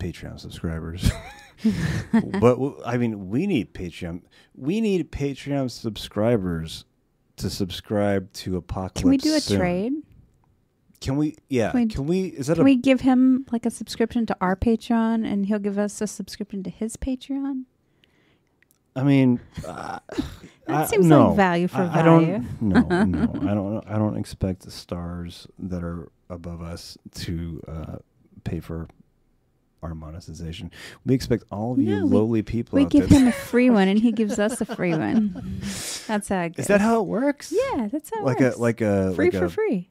Speaker 1: Patreon subscribers. but w- I mean, we need Patreon. We need Patreon subscribers to subscribe to Apocalypse.
Speaker 2: Can we do a
Speaker 1: Soon.
Speaker 2: trade?
Speaker 1: Can we? Yeah. Can
Speaker 2: Can
Speaker 1: we?
Speaker 2: we-
Speaker 1: is that
Speaker 2: Can
Speaker 1: a?
Speaker 2: we give him like a subscription to our Patreon and he'll give us a subscription to his Patreon?
Speaker 1: I mean, uh,
Speaker 2: That
Speaker 1: I-
Speaker 2: seems
Speaker 1: no.
Speaker 2: like value for
Speaker 1: I, I
Speaker 2: value.
Speaker 1: don't. No, no, I don't. I don't expect the stars that are above us to uh, pay for our monetization. We expect all of you
Speaker 2: No, we-
Speaker 1: lowly people.
Speaker 2: we
Speaker 1: out
Speaker 2: give
Speaker 1: there-
Speaker 2: him a free one and he gives us a free one. That's how it goes.
Speaker 1: Is that how it works?
Speaker 2: Yeah, that's how it
Speaker 1: Like
Speaker 2: works.
Speaker 1: a like a
Speaker 2: free
Speaker 1: like
Speaker 2: for
Speaker 1: a,
Speaker 2: free.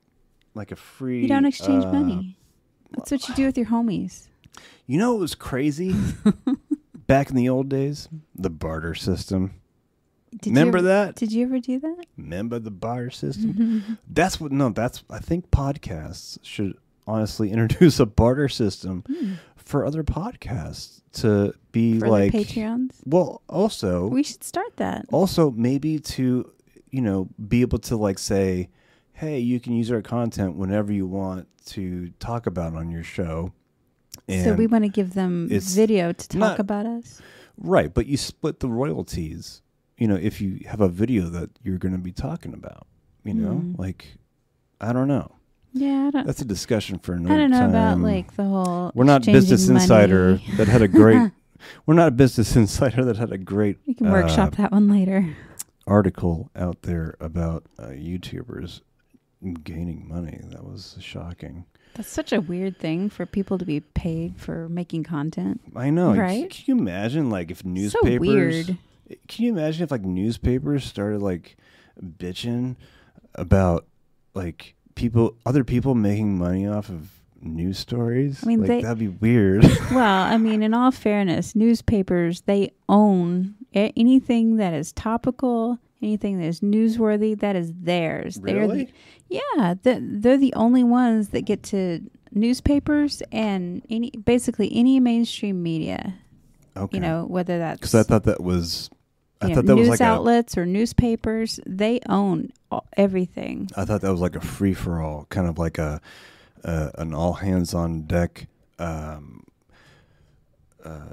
Speaker 1: like a free.
Speaker 2: You don't exchange
Speaker 1: uh,
Speaker 2: money. That's what you do with your homies.
Speaker 1: You know, it was crazy back in the old days. The barter system.
Speaker 2: Did
Speaker 1: Remember
Speaker 2: you, ever-
Speaker 1: that?
Speaker 2: Did you ever do that?
Speaker 1: Remember the barter system? that's what, no, that's, I think podcasts should honestly introduce a barter system for other podcasts to be
Speaker 2: Hmm. For
Speaker 1: like,
Speaker 2: the Patreons?
Speaker 1: well, also,
Speaker 2: We should start that.
Speaker 1: also maybe to, you know, be able to like say, hey, you can use our content whenever you want to talk about on your show. And
Speaker 2: So we want to give them
Speaker 1: it's
Speaker 2: video to talk
Speaker 1: not-
Speaker 2: about us.
Speaker 1: Right, but you split the royalties. You know, if you have a video that you're going to be talking about, you know,
Speaker 2: Hmm.
Speaker 1: like I don't know.
Speaker 2: Yeah, I don't.
Speaker 1: That's a discussion for another
Speaker 2: I don't know about
Speaker 1: time.
Speaker 2: like the whole.
Speaker 1: we're not
Speaker 2: exchanging
Speaker 1: Business
Speaker 2: money.
Speaker 1: Insider that had a great. we're not Business Insider that had a great
Speaker 2: We can
Speaker 1: uh,
Speaker 2: workshop that one later.
Speaker 1: article out there about uh, YouTubers gaining money. That was shocking.
Speaker 2: That's such a weird thing for people to be paid for making content.
Speaker 1: I know.
Speaker 2: Right?
Speaker 1: Can you imagine like if newspapers?
Speaker 2: So weird.
Speaker 1: Can you imagine if like newspapers started like bitching about like people, other people making money off of news stories?
Speaker 2: I mean,
Speaker 1: like,
Speaker 2: they-
Speaker 1: that'd be weird.
Speaker 2: Well, I mean, in all fairness, newspapers they own a- anything that is topical, anything that is newsworthy. That is theirs. They're the,
Speaker 1: Really?
Speaker 2: yeah, the, they're the only ones that get to newspapers and any basically any mainstream media.
Speaker 1: okay.
Speaker 2: You know, whether that's
Speaker 1: because I thought that was, I
Speaker 2: you know,
Speaker 1: thought that
Speaker 2: news
Speaker 1: was like
Speaker 2: outlets or newspapers, they own all, everything.
Speaker 1: a, I thought that was like a free for all, kind of like a, uh, an all hands on deck. Um, uh,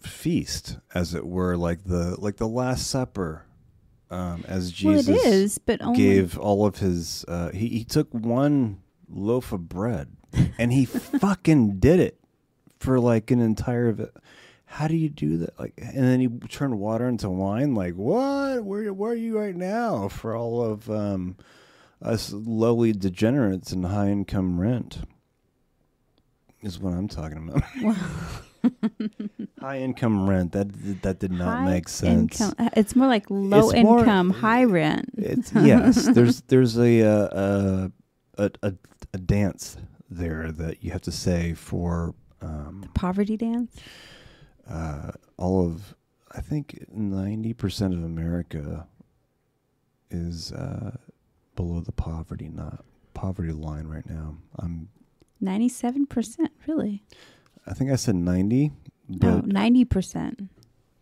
Speaker 1: feast as it were like the like the last supper um as jesus
Speaker 2: well, it is, but only
Speaker 1: gave all of his uh, he, he took one loaf of bread and he fucking did it for like an entire of it how do you do that like and then he turned water into wine like what where, where are you right now for all of um us lowly degenerates and high income rent is what i'm talking about high income rent that that did not
Speaker 2: high
Speaker 1: make sense
Speaker 2: income- uh, It's more like low
Speaker 1: It's more- uh,
Speaker 2: income, high rent.
Speaker 1: it's yes. There's there's a uh, a, a a a dance there that you have to say for um,
Speaker 2: Poverty dance.
Speaker 1: uh, all of I think ninety percent of America is uh, below the poverty not poverty line right now. I'm
Speaker 2: Ninety-seven percent, really?
Speaker 1: I think I said ninety, but
Speaker 2: No, ninety percent.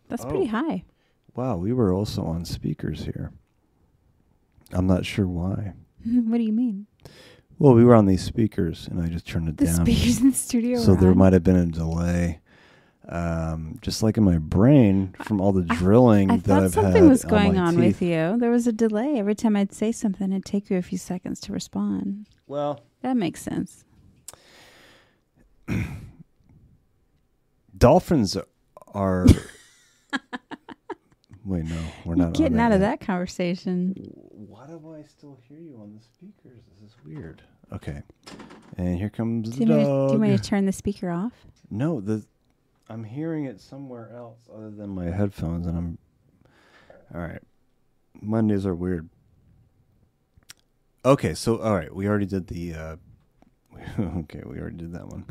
Speaker 2: That's
Speaker 1: Oh.
Speaker 2: pretty high.
Speaker 1: wow, we were also on speakers here. I'm not sure why.
Speaker 2: what do you mean?
Speaker 1: Well, we were on these speakers, and I just turned it
Speaker 2: The
Speaker 1: down.
Speaker 2: speakers in the studio.
Speaker 1: So
Speaker 2: were
Speaker 1: there
Speaker 2: on?
Speaker 1: might have been a delay, um, just like in my brain from all the drilling
Speaker 2: I
Speaker 1: that
Speaker 2: thought
Speaker 1: I've
Speaker 2: something
Speaker 1: had
Speaker 2: was going
Speaker 1: my
Speaker 2: on
Speaker 1: teeth.
Speaker 2: with you. There was a delay every time I'd say something. It'd take you a few seconds to respond.
Speaker 1: Well,
Speaker 2: That makes sense.
Speaker 1: dolphins are. Wait, no, we're
Speaker 2: You're
Speaker 1: not
Speaker 2: getting
Speaker 1: on
Speaker 2: out of
Speaker 1: yet.
Speaker 2: that conversation.
Speaker 1: Why do I still hear you on the speakers? This is weird. Okay, and here comes
Speaker 2: Do
Speaker 1: the
Speaker 2: you, want me to,
Speaker 1: dog.
Speaker 2: do you want me to turn the speaker off?
Speaker 1: No, the I'm hearing it somewhere else other than my headphones, and I'm all right. Mondays are weird. Okay, so all right, we already did the. Uh, okay, we already did that one.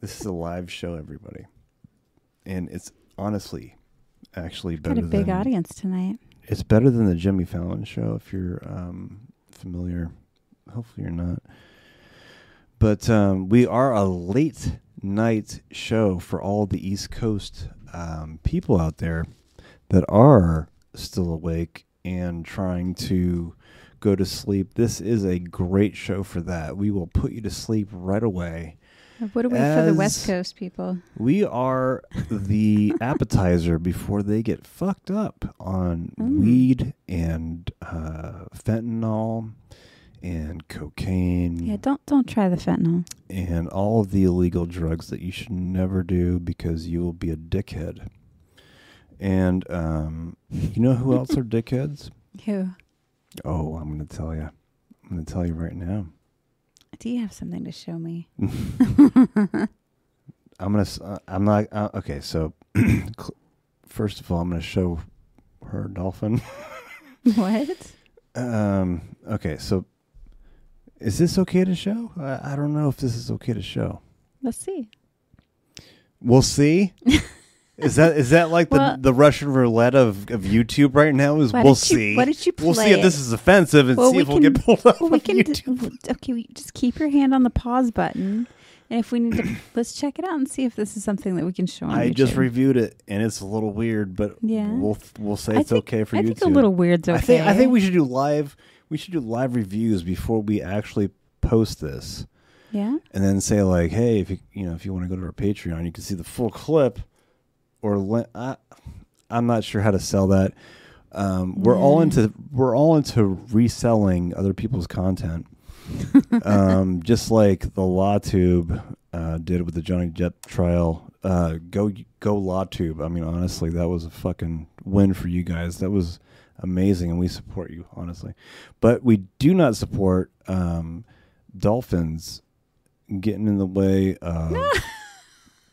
Speaker 1: this is a live show, everybody, and it's honestly, actually better
Speaker 2: Got a big
Speaker 1: than
Speaker 2: audience tonight.
Speaker 1: it's better than the Jimmy Fallon show if you're um, familiar. Hopefully you're not. But um, we are a late night show for all the East Coast um, people out there that are still awake and trying to go to sleep. This is a great show for that. We will put you to sleep right away.
Speaker 2: What a way for the
Speaker 1: As-
Speaker 2: West Coast people.
Speaker 1: We are the appetizer before they get fucked up on
Speaker 2: Mm.
Speaker 1: weed and uh, fentanyl and cocaine
Speaker 2: Yeah, don't don't try the fentanyl.
Speaker 1: and all of the illegal drugs that you should never do because you will be a dickhead. And um, you know who else are dickheads?
Speaker 2: Who?
Speaker 1: Oh, I'm going to tell you. I'm going to tell you right now.
Speaker 2: Do you have something to show me?
Speaker 1: I'm gonna. s- uh, I'm not. Uh, okay, so cl- first of all, I'm gonna show her dolphin.
Speaker 2: what?
Speaker 1: Um. Okay, so is this okay to show? I, I don't know if this is okay to show.
Speaker 2: Let's see.
Speaker 1: We'll see. Is that is that like
Speaker 2: Well-
Speaker 1: the the Russian roulette of, of YouTube right now? Is
Speaker 2: Why
Speaker 1: we'll
Speaker 2: don't you-
Speaker 1: see.
Speaker 2: why don't you
Speaker 1: We'll see
Speaker 2: play
Speaker 1: if this
Speaker 2: it?
Speaker 1: is offensive and see if we'll get pulled up.
Speaker 2: well, we
Speaker 1: of
Speaker 2: can d-
Speaker 1: YouTube.
Speaker 2: w- okay, we just keep your hand on the pause button, and if we need to, let's check it out and see if this is something that we can show. On
Speaker 1: I just
Speaker 2: YouTube.
Speaker 1: reviewed it and it's a little weird, but
Speaker 2: Yeah.
Speaker 1: we'll we'll say
Speaker 2: I
Speaker 1: it's
Speaker 2: think-
Speaker 1: okay for
Speaker 2: I
Speaker 1: YouTube.
Speaker 2: think a little weird's okay.
Speaker 1: I think I think we should do live. We should do live reviews before we actually post this,
Speaker 2: yeah.
Speaker 1: and then say like, "Hey, if you you know if you want to go to our Patreon, you can see the full clip." Or li- I, I'm not sure how to sell that. Um, we're all into we're all into reselling other people's content, um, just like the LawTube uh, did with the Johnny Depp trial. Uh, go go LawTube. I mean, honestly, that was a fucking win for you guys. That was amazing, and we support you honestly. But we do not support um, dolphins getting in the way of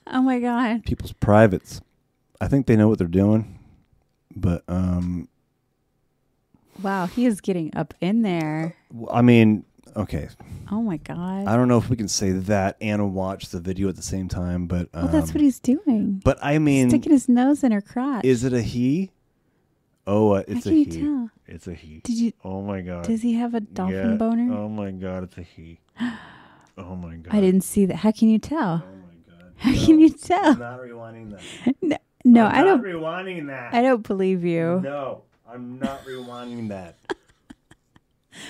Speaker 2: Oh my god.
Speaker 1: people's privates. I think they know what they're doing, but um,
Speaker 2: Wow, he is getting up in there.
Speaker 1: Well, I mean, okay.
Speaker 2: Oh my god.
Speaker 1: I don't know if we can say that and watch the video at the same time, but um,
Speaker 2: well, that's what he's doing.
Speaker 1: But I mean,
Speaker 2: Sticking his nose in her crotch.
Speaker 1: is it a he? Oh, uh, it's
Speaker 2: How
Speaker 1: a
Speaker 2: can you
Speaker 1: he.
Speaker 2: tell?
Speaker 1: It's a he.
Speaker 2: Did you?
Speaker 4: Oh my god.
Speaker 2: Does he have a dolphin
Speaker 4: Yeah.
Speaker 2: boner?
Speaker 4: Oh my god, it's a he. Oh my god.
Speaker 2: I didn't see that. How can you tell?
Speaker 1: Oh
Speaker 2: How can you tell?
Speaker 4: not rewinding that.
Speaker 2: No, no I don't.
Speaker 4: rewinding that.
Speaker 2: I don't believe you.
Speaker 4: No, I'm not rewinding that.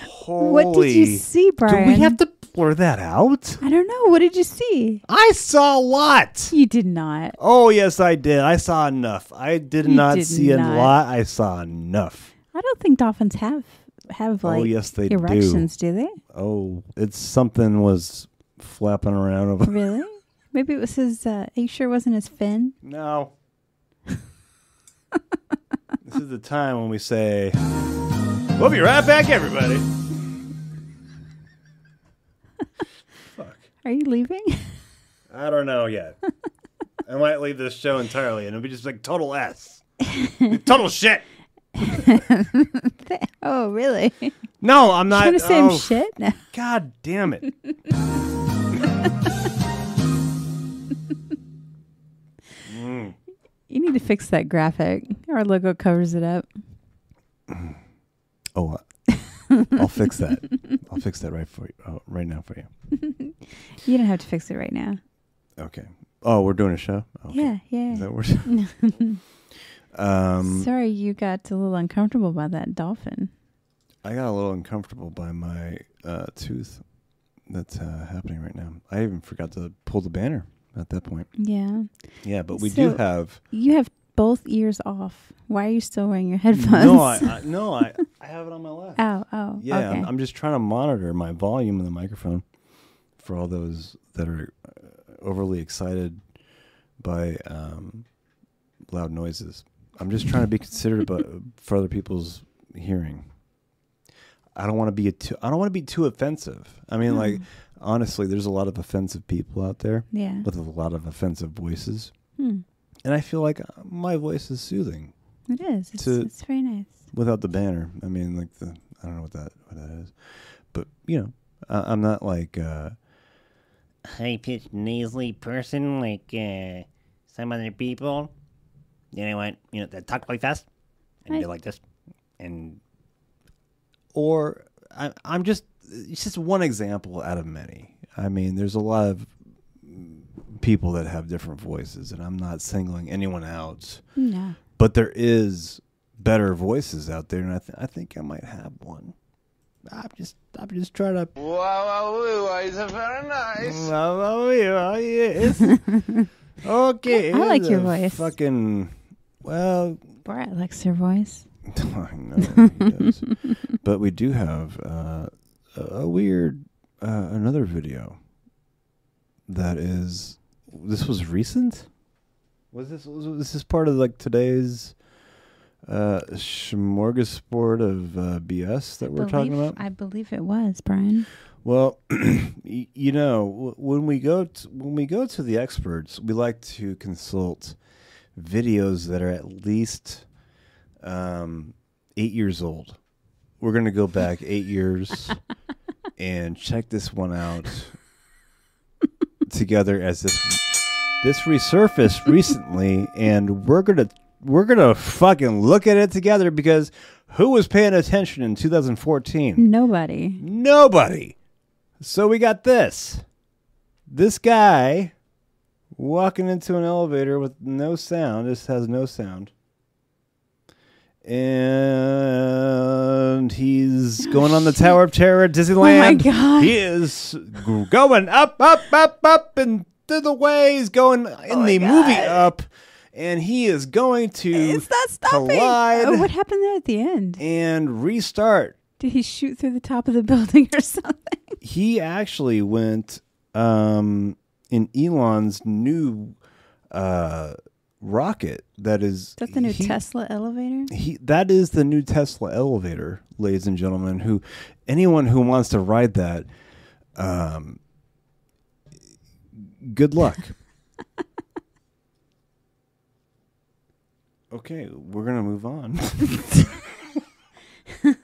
Speaker 1: Holy.
Speaker 2: What did you see, Brian?
Speaker 1: Do we have to blur that out?
Speaker 2: I don't know. What did you see?
Speaker 1: I saw a lot.
Speaker 2: You did not.
Speaker 1: Oh yes, I did. I saw enough. I did
Speaker 2: You
Speaker 1: not
Speaker 2: did
Speaker 1: see
Speaker 2: not.
Speaker 1: a lot. I saw enough.
Speaker 2: I don't think dolphins have have
Speaker 1: Oh,
Speaker 2: like
Speaker 1: yes, they do.
Speaker 2: erections, do, they?
Speaker 1: Oh, it's something was flapping around over.
Speaker 2: Really? Maybe it was his. Uh, are you sure it wasn't his fin?
Speaker 1: No. this is the time when we say, We'll be right back, everybody. Fuck.
Speaker 2: Are you leaving?
Speaker 1: I don't know yet. I might leave this show entirely and it'll be just like total S. total shit.
Speaker 2: oh, really? You
Speaker 1: No, I'm not.
Speaker 2: are the same
Speaker 1: oh,
Speaker 2: shit? No.
Speaker 1: God damn it.
Speaker 2: You need to fix that graphic. Our logo covers it up.
Speaker 1: Oh, uh, I'll fix that. I'll fix that right for you. Oh, right now for you.
Speaker 2: You don't have to fix it right now.
Speaker 1: Okay. Oh, we're doing a show. Okay.
Speaker 2: Yeah, yeah.
Speaker 1: Is that what we're Um,
Speaker 2: Sorry, you got a little uncomfortable by that dolphin.
Speaker 1: I got a little uncomfortable by my uh, tooth that's uh, happening right now. I even forgot to pull the banner at that point.
Speaker 2: Yeah.
Speaker 1: Yeah, but we do
Speaker 2: So-
Speaker 1: have.
Speaker 2: You have both ears off. Why are you still wearing your headphones?
Speaker 1: No, I, I no, I, I have it on my lap.
Speaker 2: oh, oh.
Speaker 1: Yeah,
Speaker 2: okay.
Speaker 1: I'm, I'm just trying to monitor my volume in the microphone for all those that are uh, overly excited by um, loud noises. I'm just trying to be considerate about for other people's hearing. I don't want to be a too, I don't want to be too offensive. I mean, like honestly, there's a lot of offensive people out there
Speaker 2: yeah.
Speaker 1: with a lot of offensive voices, and I feel like uh, my voice is soothing
Speaker 2: It is. It's,
Speaker 1: to-
Speaker 2: it's very nice.
Speaker 1: without the banner. I mean, like the I don't know what that what that is, but you know, I, I'm not like uh,
Speaker 7: high pitched nasally person like uh, some other people. You know what? You know that talk like this, and
Speaker 2: Right.
Speaker 7: do like this, and
Speaker 1: or I, I'm just it's just one example out of many. I mean, there's a lot of people that have different voices, and I'm not singling anyone out,
Speaker 2: No.
Speaker 1: but there is better voices out there, and I, th- I think I might have one. I'm just I'm just trying to. Wow, wow, is very nice. okay.
Speaker 2: I- I like
Speaker 1: here's
Speaker 2: your
Speaker 1: a
Speaker 2: voice.
Speaker 1: Fucking well,
Speaker 2: Borat likes her voice.
Speaker 1: I know, he does. but we do have uh, a weird uh, another video that is this was recent was this was this is part of like today's uh smorgasbord of uh, bs that we're talking about
Speaker 2: I believe it was Brian.
Speaker 1: well y- you know w- when we go t when we go to the experts we like to consult videos that are at least um 8 years old we're going to go back 8 years and check this one out together as this this resurfaced recently and we're going to we're going to fucking look at it together because who was paying attention in 2014
Speaker 2: Nobody.
Speaker 1: Nobody. So we got this. This guy walking into an elevator with no sound, just has no sound. And he's going on the Tower of Terror at Disneyland.
Speaker 2: Oh God.
Speaker 1: He is g- going up, up, up, up, and to the way. He's going in
Speaker 2: Oh
Speaker 1: the movie up, and he is going to
Speaker 2: It's not stopping.
Speaker 1: collide
Speaker 2: Oh, what happened there at the end?
Speaker 1: and restart.
Speaker 2: Did he shoot through the top of the building or something?
Speaker 1: he actually went um, in Elon's new uh, rocket. That is
Speaker 2: Is that the new
Speaker 1: he-
Speaker 2: Tesla elevator?
Speaker 1: He that is the new Tesla elevator, ladies and gentlemen. Who anyone who wants to ride that, um, good luck. okay, we're gonna move on.
Speaker 4: Why did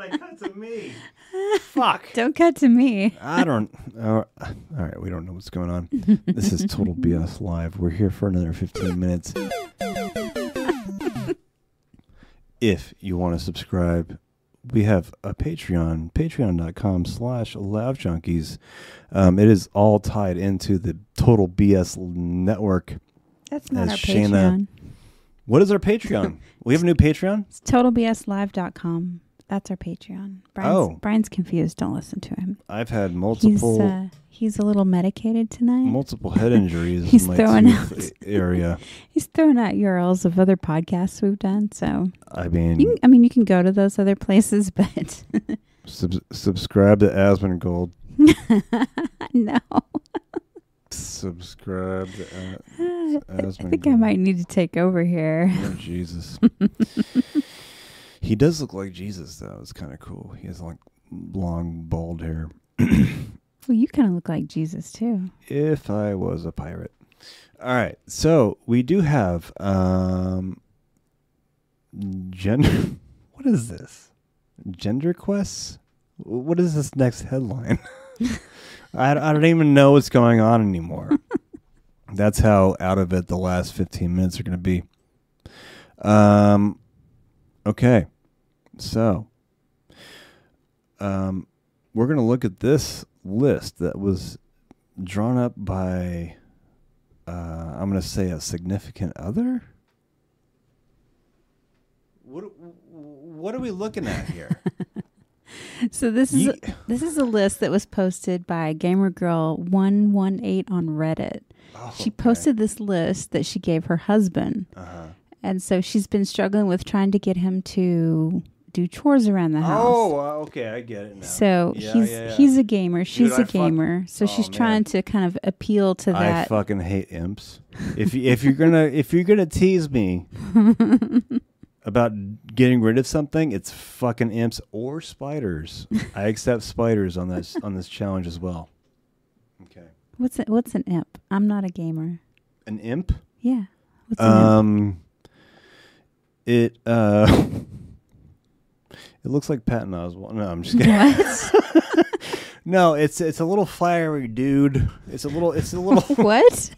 Speaker 4: I cut to me?
Speaker 1: Fuck.
Speaker 2: Don't cut to me.
Speaker 1: I don't. Uh, all right, we don't know what's going on. This is total BS live. We're here for another 15 minutes. if you want to subscribe, we have a Patreon, Patreon.com/slash Loud Junkies. Um, it is all tied into the Total BS network.
Speaker 2: That's not
Speaker 1: As
Speaker 2: our
Speaker 1: Shayna-
Speaker 2: Patreon.
Speaker 1: What is our Patreon? we have a new Patreon.
Speaker 2: It's totalbslive.com. That's our Patreon. Brian's,
Speaker 1: Oh.
Speaker 2: Brian's confused. Don't listen to him.
Speaker 1: I've had
Speaker 2: He's
Speaker 1: multiple
Speaker 2: uh, he's a little medicated tonight.
Speaker 1: multiple head injuries
Speaker 2: He's
Speaker 1: in my
Speaker 2: throwing
Speaker 1: tooth area.
Speaker 2: he's throwing out URLs of other podcasts we've done. So
Speaker 1: I mean,
Speaker 2: you can, I mean, you can go to those other places, but
Speaker 1: Sub- subscribe to Aspen Gold.
Speaker 2: no.
Speaker 1: Subscribe to uh, A-
Speaker 2: I
Speaker 1: Aspen
Speaker 2: think I
Speaker 1: Gold.
Speaker 2: might need to take over here.
Speaker 1: Oh, Jesus. he does look like Jesus, though. It's kind of cool. He has like long, bald hair.
Speaker 2: Well, you kind of look like Jesus too.
Speaker 1: If I was a pirate. All right. So we do have um, gender. what is this? Gender quests? What is this next headline? I, I don't even know what's going on anymore. That's how out of it the last 15 minutes are going to be. Um, okay. So, um, we're going to look at this list that was drawn up by, uh, I'm going to say a significant other. What, what are we looking at here?
Speaker 2: So this is
Speaker 1: Ye-
Speaker 2: this is a list that was posted by Gamer Girl one one eight on Reddit.
Speaker 1: Oh,
Speaker 2: she posted this list that she gave her husband,
Speaker 1: Uh-huh.
Speaker 2: and so she's been struggling with trying to get him to do chores around the house.
Speaker 1: oh, uh, okay. I get it now.
Speaker 2: So
Speaker 1: Yeah,
Speaker 2: he's
Speaker 1: yeah, yeah.
Speaker 2: he's a gamer. She's
Speaker 1: I
Speaker 2: a
Speaker 1: fuck-
Speaker 2: gamer. so
Speaker 1: Oh,
Speaker 2: she's
Speaker 1: man.
Speaker 2: trying to kind of appeal to
Speaker 1: I
Speaker 2: that.
Speaker 1: fucking hate imps. If you, if you're gonna if you're gonna tease me about getting rid of something, it's fucking imps or spiders. I accept spiders on this on this challenge as well. Okay,
Speaker 2: What's a, what's an imp? I'm not a gamer.
Speaker 1: an imp.
Speaker 2: Yeah. What's an imp?
Speaker 1: Um, it uh, it looks like Patton Oswalt. No, I'm just kidding.
Speaker 2: What?
Speaker 1: No, it's it's a little fiery dude. It's a little it's a little.
Speaker 2: what?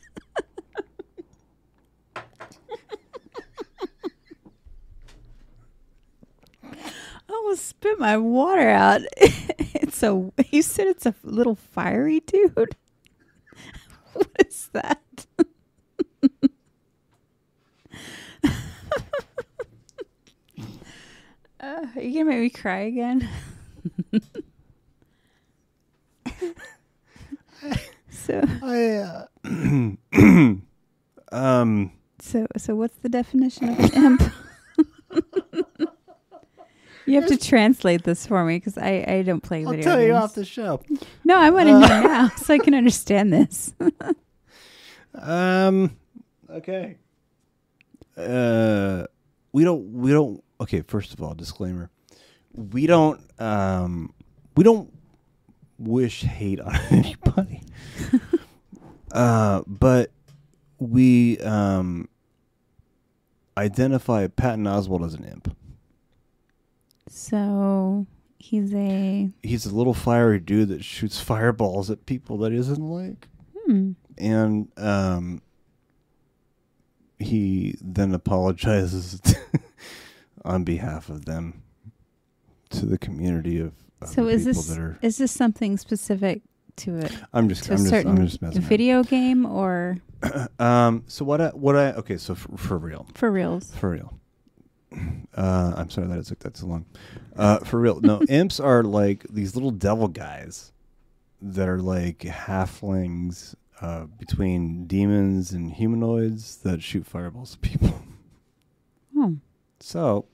Speaker 2: I almost spit my water out. it's a. You said it's a little fiery dude. what is that? uh, are you gonna make me cry again? so.
Speaker 1: I, uh, um.
Speaker 2: So, so what's the definition of an imp? You have to translate this for me because I, I don't play
Speaker 1: I'll
Speaker 2: video
Speaker 1: tell you Uh.
Speaker 2: games.
Speaker 1: off the show.
Speaker 2: no, I want to know now so I can understand this.
Speaker 1: Um. Okay. Uh, we don't. We don't. Okay. First of all, disclaimer: we don't. Um, we don't wish hate on anybody. uh, but we um identify Patton Oswald as an imp.
Speaker 2: So he's a
Speaker 1: He's a little fiery dude that shoots fireballs at people that he doesn't like.
Speaker 2: hmm,
Speaker 1: and um, he then apologizes on behalf of them to the community of, of
Speaker 2: So
Speaker 1: the
Speaker 2: is
Speaker 1: people
Speaker 2: this
Speaker 1: that are.
Speaker 2: is this something specific to it
Speaker 1: I'm just,
Speaker 2: to
Speaker 1: I'm
Speaker 2: a
Speaker 1: just,
Speaker 2: certain
Speaker 1: I'm just messing.
Speaker 2: video game or
Speaker 1: Around. Um. So what? I, what I? Okay. So for, for real,
Speaker 2: for reals?
Speaker 1: for real. Uh, I'm sorry that it took that so long. Uh, for real, no. imps are like these little devil guys that are like halflings uh, between demons and humanoids that shoot fireballs at people.
Speaker 2: Hmm.
Speaker 1: So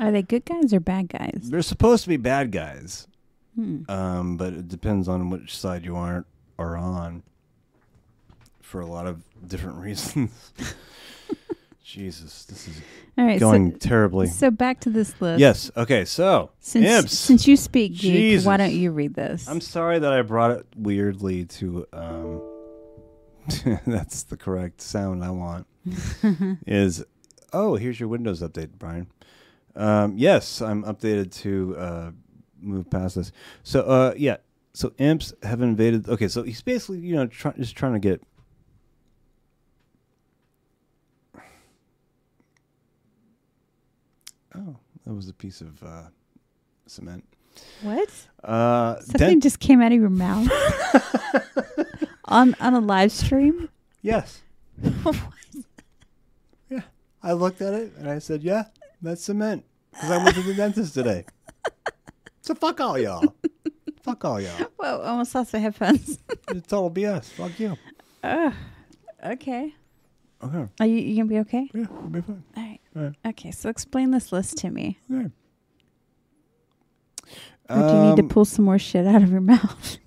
Speaker 2: Are they good guys or bad guys?
Speaker 1: they're supposed to be bad guys,
Speaker 2: Hmm.
Speaker 1: um, but it depends on which side you aren't are on. For a lot of different reasons. Jesus, this is
Speaker 2: All right,
Speaker 1: going terribly.
Speaker 2: so, so back to this list.
Speaker 1: yes. Okay. So
Speaker 2: Since
Speaker 1: imps.
Speaker 2: since you speak geek,
Speaker 1: Jesus.
Speaker 2: why don't you read this?
Speaker 1: I'm sorry that I brought it weirdly to. Um, that's the correct sound I want. is oh, here's your Windows update, Brian. Um, yes, I'm updated to uh, move past this. So uh, yeah, so imps have invaded. Okay, so he's basically you know try, just trying to get. Oh, that was a piece of uh, cement.
Speaker 2: what?
Speaker 1: Uh,
Speaker 2: Something
Speaker 1: dent-
Speaker 2: just came out of your mouth on on a live stream.
Speaker 1: Yes. yeah. I looked at it and I said, yeah, that's cement. Because I went to the dentist today. So fuck all y'all. fuck all y'all.
Speaker 2: Whoa! Almost lost my headphones.
Speaker 1: It's total BS. Fuck you.
Speaker 2: okay,
Speaker 1: Okay.
Speaker 2: are you, you gonna be okay?
Speaker 1: Yeah, it'll be fine.
Speaker 2: All right.
Speaker 1: All right.
Speaker 2: Okay, so explain this list to me.
Speaker 1: Okay.
Speaker 2: Or do you need to
Speaker 1: Um,
Speaker 2: pull some more shit out of your mouth?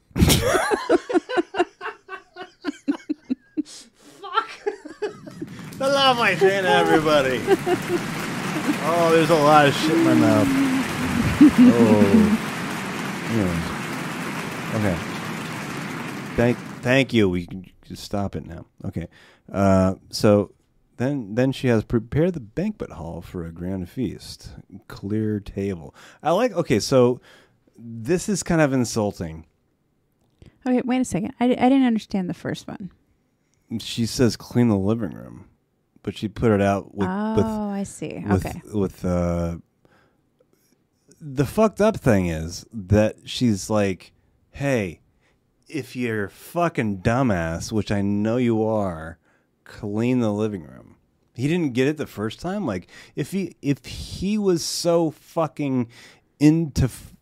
Speaker 1: The love I saying everybody. oh, there's a lot of shit in my mouth. Oh. Anyways. Okay. Thank thank you. We can just stop it now. Okay. Uh, so then then she has prepared the banquet hall for a grand feast. Clear table. I like okay, so this is kind of insulting.
Speaker 2: Okay, wait a second. I, di- I didn't understand the first one.
Speaker 1: She says clean the living room, but she put it out with,
Speaker 2: oh,
Speaker 1: with
Speaker 2: I see.
Speaker 1: with
Speaker 2: okay.
Speaker 1: with uh the fucked up thing is that she's like hey if you're fucking dumbass which i know you are clean the living room he didn't get it the first time like if he if he was so fucking into f-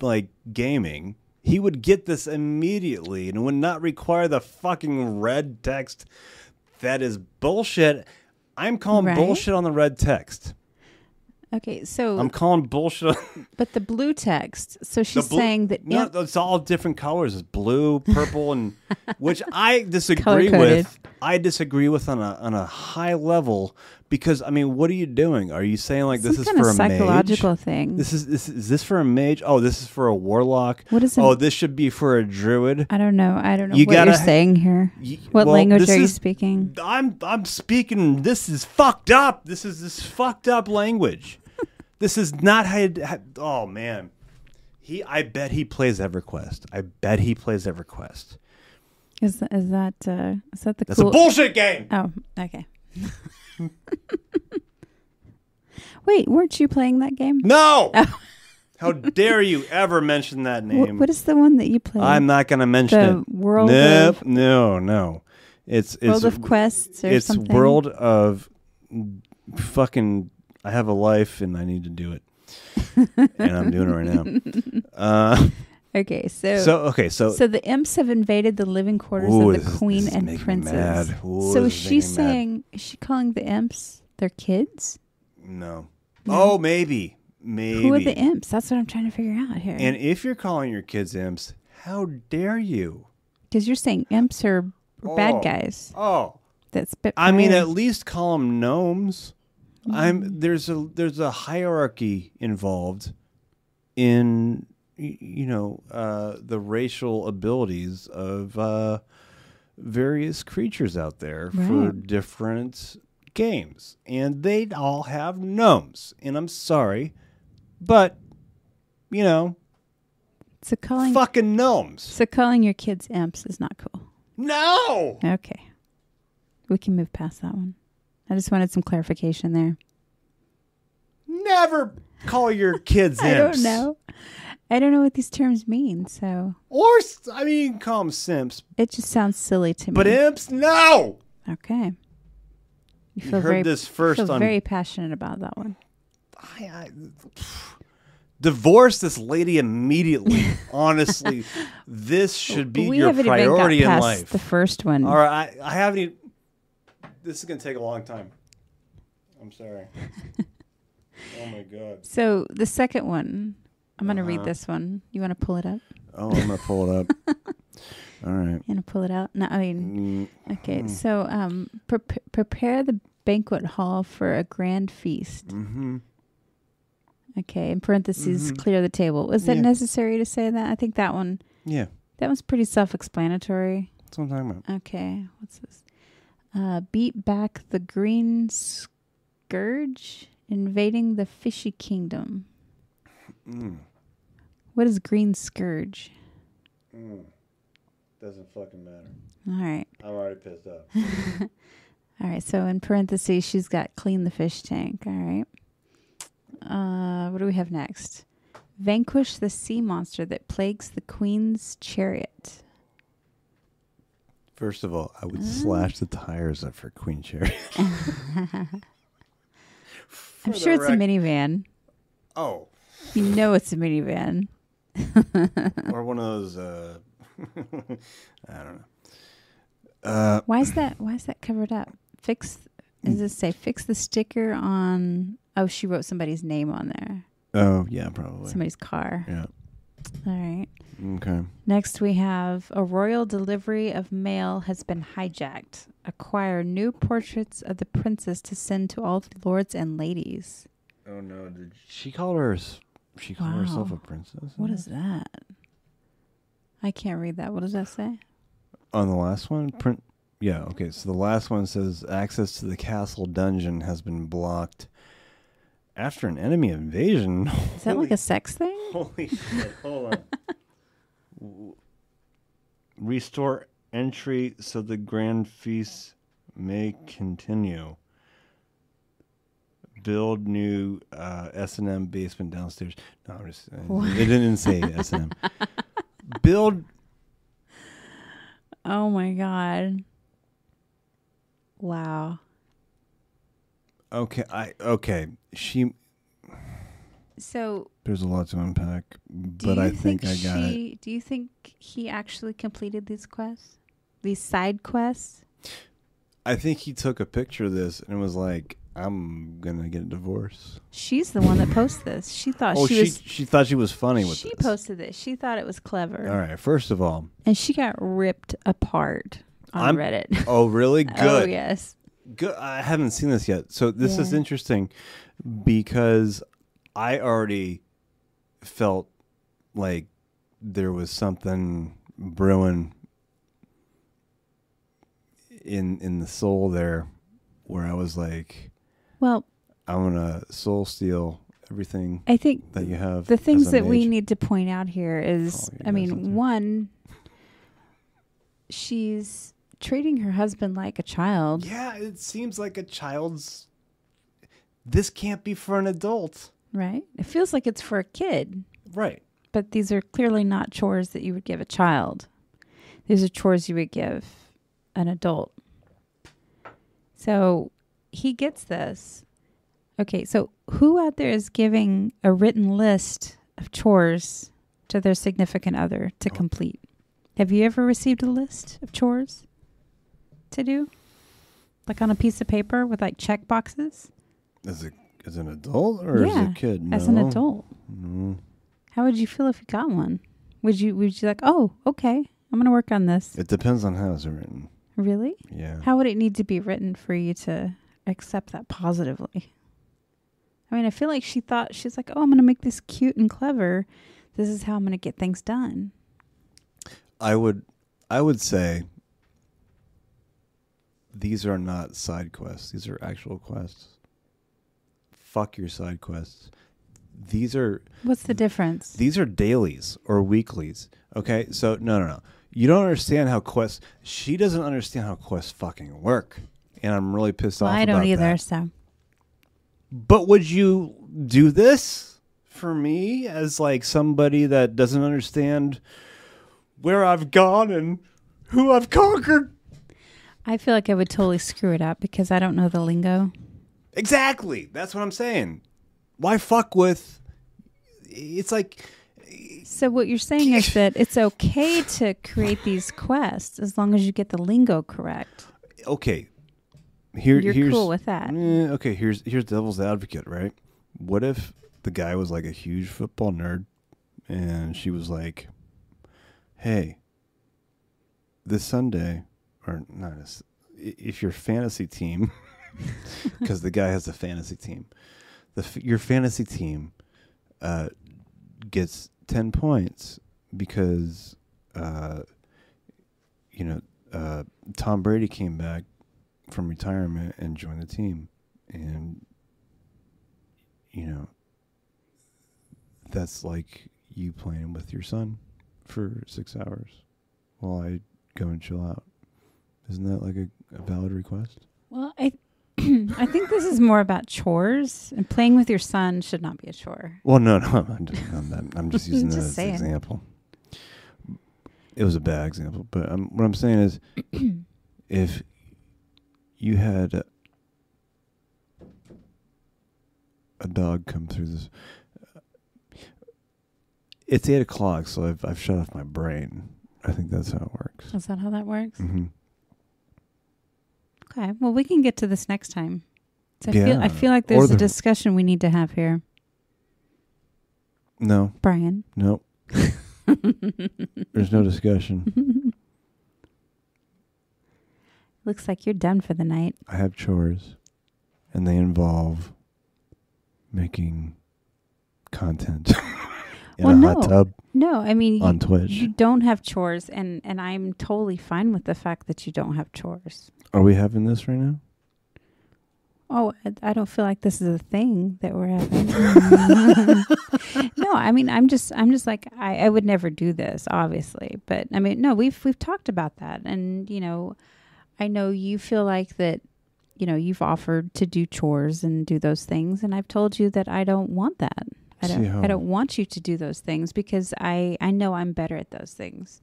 Speaker 1: like gaming he would get this immediately and would not require the fucking red text that is bullshit i'm calling
Speaker 2: Right.
Speaker 1: bullshit on the red text
Speaker 2: Okay, so
Speaker 1: I'm calling bullshit.
Speaker 2: but the blue text. So she's
Speaker 1: blue-
Speaker 2: saying that
Speaker 1: no,
Speaker 2: imp-
Speaker 1: it's all different colors. It's blue, purple, and which I disagree
Speaker 2: Color-coded.
Speaker 1: with. I disagree with on a on a high level because I mean, what are you doing? Are you saying like this
Speaker 2: some
Speaker 1: is
Speaker 2: kind
Speaker 1: for
Speaker 2: of
Speaker 1: a mage?
Speaker 2: psychological thing.
Speaker 1: This is this is this for a mage? Oh, this is for a warlock.
Speaker 2: What is an-
Speaker 1: Oh, this should be for a druid.
Speaker 2: I don't know. I don't know
Speaker 1: You
Speaker 2: what you're
Speaker 1: gotta-
Speaker 2: saying here.
Speaker 1: Y-
Speaker 2: what
Speaker 1: well,
Speaker 2: language
Speaker 1: this
Speaker 2: are you
Speaker 1: is-
Speaker 2: speaking?
Speaker 1: I'm I'm speaking. This is fucked up. This is this fucked up language. this is not how. you- how- Oh man, he. I bet he plays EverQuest. I bet he plays EverQuest.
Speaker 2: Is th- is that uh, is that the
Speaker 1: That's
Speaker 2: cool?
Speaker 1: a bullshit game.
Speaker 2: oh, okay. wait, weren't you playing that game?
Speaker 1: No. how dare you ever mention that
Speaker 2: Oh. Wh-
Speaker 1: name?
Speaker 2: what is the one that you played?
Speaker 1: I'm not going to mention
Speaker 2: The
Speaker 1: it.
Speaker 2: World
Speaker 1: Nope.
Speaker 2: of-
Speaker 1: no, no. It's it's
Speaker 2: World of Quests or
Speaker 1: it's
Speaker 2: something.
Speaker 1: world of fucking i have a life and i need to do it and i'm doing it right now uh,
Speaker 2: Okay, so
Speaker 1: so okay so,
Speaker 2: So the imps have invaded the living quarters
Speaker 1: Ooh,
Speaker 2: of
Speaker 1: this
Speaker 2: the
Speaker 1: is-
Speaker 2: queen
Speaker 1: this is
Speaker 2: and
Speaker 1: making me
Speaker 2: princes.
Speaker 1: mad. Ooh,
Speaker 2: so is
Speaker 1: this is
Speaker 2: she
Speaker 1: making me mad.
Speaker 2: saying is she calling the imps their kids?
Speaker 1: no oh maybe Maybe.
Speaker 2: Who are the imps? That's what I'm trying to figure
Speaker 1: and
Speaker 2: out here.
Speaker 1: if you're calling your kids imps, how dare you?
Speaker 2: Because you're saying imps are
Speaker 1: Oh.
Speaker 2: bad guys
Speaker 1: Oh,
Speaker 2: that spit.
Speaker 1: I mean,
Speaker 2: fire.
Speaker 1: at least call them gnomes. I'm
Speaker 2: Mm-hmm.
Speaker 1: there's a there's a hierarchy involved in y- you know uh, the racial abilities of uh, various creatures out there for
Speaker 2: Right.
Speaker 1: different games, and they all have gnomes. And I'm sorry, but you know,
Speaker 2: so calling
Speaker 1: fucking gnomes.
Speaker 2: so calling your kids imps is not cool.
Speaker 1: No.
Speaker 2: Okay, we can move past that one. I just wanted some clarification there.
Speaker 1: Never call your kids
Speaker 2: I
Speaker 1: imps.
Speaker 2: don't know. I don't know what these terms mean, so
Speaker 1: Or, s- I mean, you can call them simps,
Speaker 2: it just sounds silly to me.
Speaker 1: but imps, no!
Speaker 2: okay. You feel
Speaker 1: heard
Speaker 2: very,
Speaker 1: this first
Speaker 2: Feel
Speaker 1: on-
Speaker 2: very passionate about that one.
Speaker 1: I, I, divorce this lady immediately. Honestly, this should be
Speaker 2: we
Speaker 1: your
Speaker 2: haven't even got
Speaker 1: priority in
Speaker 2: past
Speaker 1: life.
Speaker 2: the first one.
Speaker 1: All right, I, I haven't even. This is going to take a long time. I'm sorry. oh my God.
Speaker 2: So the second one, I'm going to
Speaker 1: Uh-huh.
Speaker 2: read this one. You want to pull it up?
Speaker 1: Oh, I'm going to pull it up. All right.
Speaker 2: You want to pull it out? No, I mean, okay. So um, prep prepare the banquet hall for a grand feast. Mm-hmm. Okay, in parentheses, clear the table. Was it
Speaker 1: Yeah.
Speaker 2: necessary to say that? I think that one,
Speaker 1: Yeah,
Speaker 2: that one's pretty self-explanatory.
Speaker 1: that's what I'm talking about.
Speaker 2: Okay, what's this? Uh, beat back the green scourge, invading the fishy kingdom. What is green scourge?
Speaker 1: Doesn't fucking matter.
Speaker 2: All right.
Speaker 1: I'm already pissed off.
Speaker 2: All right. So in parentheses, she's got clean the fish tank. All right. Uh, what do we have next? Vanquish the sea monster that plagues the queen's chariot.
Speaker 1: First of all, I would
Speaker 2: Mm.
Speaker 1: slash the tires off her Queen Cherry.
Speaker 2: I'm sure it's a minivan.
Speaker 1: Oh,
Speaker 2: You know it's a minivan.
Speaker 1: or one of those. Uh, I don't know. Uh,
Speaker 2: Why is that? Why is that covered up? Fix. Does it say fix the sticker on? Oh, she wrote somebody's name on there.
Speaker 1: Oh yeah, probably.
Speaker 2: Somebody's car.
Speaker 1: Yeah.
Speaker 2: All right.
Speaker 1: Okay.
Speaker 2: Next, we have a royal delivery of mail has been hijacked. Acquire new portraits of the princess to send to all the lords and ladies.
Speaker 1: Oh no! Did she called her? She called herself
Speaker 2: Wow.
Speaker 1: a princess.
Speaker 2: What is that? I can't read that. What does that say?
Speaker 1: on the last one? Print. Yeah. Okay. So the last one says access to the castle dungeon has been blocked after an enemy invasion.
Speaker 2: Is that like a sex thing?
Speaker 1: Holy shit! Hold on. Restore entry so the grand feast may continue. Build new uh, S and M basement downstairs. No, I'm just. I, they didn't say S and M. Build.
Speaker 2: Oh my god! Wow.
Speaker 1: Okay, I okay. She.
Speaker 2: So,
Speaker 1: There's a lot to unpack,
Speaker 2: do
Speaker 1: but
Speaker 2: you
Speaker 1: I think, I got it.
Speaker 2: she? Do you think he actually completed these quests? These side quests?
Speaker 1: I think he took a picture of this and was like, "I'm gonna get a divorce."
Speaker 2: She's the one that posted this. She thought
Speaker 1: Oh,
Speaker 2: Uh, she,
Speaker 1: she
Speaker 2: was
Speaker 1: she, thought she was funny with
Speaker 2: she
Speaker 1: this.
Speaker 2: posted this. She thought it was clever,
Speaker 1: All right. First of all,
Speaker 2: and she got ripped apart on
Speaker 1: I'm-
Speaker 2: Reddit.
Speaker 1: oh really good.
Speaker 2: oh yes,
Speaker 1: Good. I haven't seen this yet, so this is
Speaker 2: Yeah.
Speaker 1: interesting because I already felt like there was something brewing in in the soul there, where I was like,
Speaker 2: well,
Speaker 1: I'm gonna soul steal everything
Speaker 2: I think
Speaker 1: that you have.
Speaker 2: the
Speaker 1: as
Speaker 2: things
Speaker 1: a
Speaker 2: that we
Speaker 1: mage.
Speaker 2: need to point out here is,
Speaker 1: Oh, you
Speaker 2: I
Speaker 1: got something.
Speaker 2: mean, one, she's treating her husband like a child.
Speaker 1: Yeah, it seems like a child's. This can't be for an adult,
Speaker 2: Right? It feels like it's for a kid,
Speaker 1: right?
Speaker 2: but these are clearly not chores that you would give a child. These are chores you would give an adult. So he gets this. Okay, so who out there is giving a written list of chores to their significant other to complete? Have you ever received a list of chores to do? Like on a piece of paper with like check boxes?
Speaker 1: Is it as an adult or
Speaker 2: yeah,
Speaker 1: as a kid?
Speaker 2: as an
Speaker 1: No.
Speaker 2: adult. How would you feel if you got one? Would you would you like, oh, okay, I'm gonna work on this.
Speaker 1: It depends on how it's written.
Speaker 2: Really?
Speaker 1: Yeah.
Speaker 2: How would it need to be written for you to accept that positively? I mean, I feel like she thought she's like, oh, I'm gonna make this cute and clever. This is how I'm gonna get things done.
Speaker 1: I would I would say these are not side quests. These are actual quests. Fuck your side quests. These are
Speaker 2: What's the difference?
Speaker 1: these are dailies or weeklies. Okay? So no no no. You don't understand how quests she doesn't understand how quests fucking work. And I'm really pissed
Speaker 2: well,
Speaker 1: off
Speaker 2: I don't
Speaker 1: about
Speaker 2: either.
Speaker 1: that.
Speaker 2: So
Speaker 1: But would you do this for me as like somebody that doesn't understand where I've gone and who I've conquered?
Speaker 2: I feel like I would totally screw it up because I don't know the lingo.
Speaker 1: Exactly. That's what I'm saying. Why fuck with it's like
Speaker 2: So what you're saying is that it's okay to create these quests as long as you get the lingo correct.
Speaker 1: okay. Here
Speaker 2: You're
Speaker 1: here's
Speaker 2: cool with that.
Speaker 1: Eh, okay, here's here's devil's advocate, right? What if the guy was like a huge football nerd and she was like, "Hey, this Sunday or not this, i- if your fantasy team cuz the guy has a fantasy team. The f- your fantasy team uh gets 10 points because uh you know, uh Tom Brady came back from retirement and joined the team. And you know that's like you playing with your son for six hours while I go and chill out. Isn't that like a, a valid request?
Speaker 2: Well, I I think this is more about chores and playing with your son should not be a chore.
Speaker 1: Well, no, no, I'm just, I'm, I'm, I'm just using that
Speaker 2: Just
Speaker 1: as an
Speaker 2: saying.
Speaker 1: example. It was a bad example, but i what I'm saying is, if you had a, a dog come through this, uh, it's eight o'clock, so I've I've shut off my brain. I think that's how it works.
Speaker 2: Is that how that works?
Speaker 1: hmm
Speaker 2: Okay. Well, we can get to this next time. So I feel
Speaker 1: Yeah.
Speaker 2: I feel like
Speaker 1: Or
Speaker 2: there's a
Speaker 1: the-
Speaker 2: discussion we need to have here,
Speaker 1: No,
Speaker 2: Brian.
Speaker 1: no, there's no discussion.
Speaker 2: Looks like you're done for the night.
Speaker 1: I have chores, and they involve making content in
Speaker 2: Well,
Speaker 1: a
Speaker 2: no.
Speaker 1: hot tub
Speaker 2: No, I mean you-
Speaker 1: on Twitch.
Speaker 2: you don't have chores and and I'm totally fine with the fact that you don't have chores.
Speaker 1: Are we having this right now?
Speaker 2: Oh, I- I don't feel like this is a thing that we're having. no, I mean, I'm just, I'm just like, I, I would never do this, obviously. But I mean, no, we've we've talked about that, and you know, I know you feel like that. You know, you've offered to do chores and do those things, and I've told you that I don't want that. I
Speaker 1: See
Speaker 2: don't,
Speaker 1: how-
Speaker 2: I don't want you to do those things because I, I know I'm better at those things.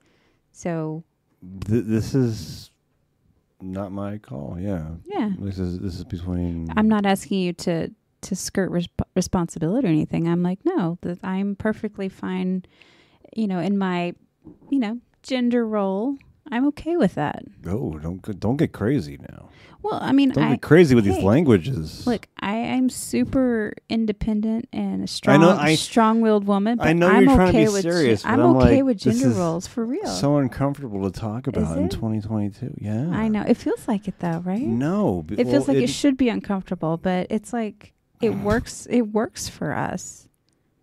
Speaker 2: So
Speaker 1: Th- this is not my call. Yeah.
Speaker 2: yeah,
Speaker 1: This is this is between.
Speaker 2: I'm not asking you to to skirt resp- responsibility or anything. I'm like, no, that I'm perfectly fine. You know, in my, you know, gender role, I'm okay with that.
Speaker 1: Oh, don't g- don't get crazy now.
Speaker 2: Well, I mean,
Speaker 1: Don't
Speaker 2: I
Speaker 1: get crazy with these
Speaker 2: hey,
Speaker 1: languages.
Speaker 2: look, I am super independent and a strong,
Speaker 1: know, I-
Speaker 2: strong-willed woman. But
Speaker 1: I know
Speaker 2: I'm
Speaker 1: you're
Speaker 2: okay
Speaker 1: trying to be
Speaker 2: with gen-
Speaker 1: serious, but
Speaker 2: I'm,
Speaker 1: I'm
Speaker 2: okay
Speaker 1: like,
Speaker 2: with
Speaker 1: this
Speaker 2: gender
Speaker 1: is
Speaker 2: roles for real.
Speaker 1: so uncomfortable to talk about in
Speaker 2: it?
Speaker 1: 2022. Yeah.
Speaker 2: I know it feels like it though, right?
Speaker 1: No. b-
Speaker 2: it feels
Speaker 1: well,
Speaker 2: like it should be uncomfortable, but it's like it works. It works for us.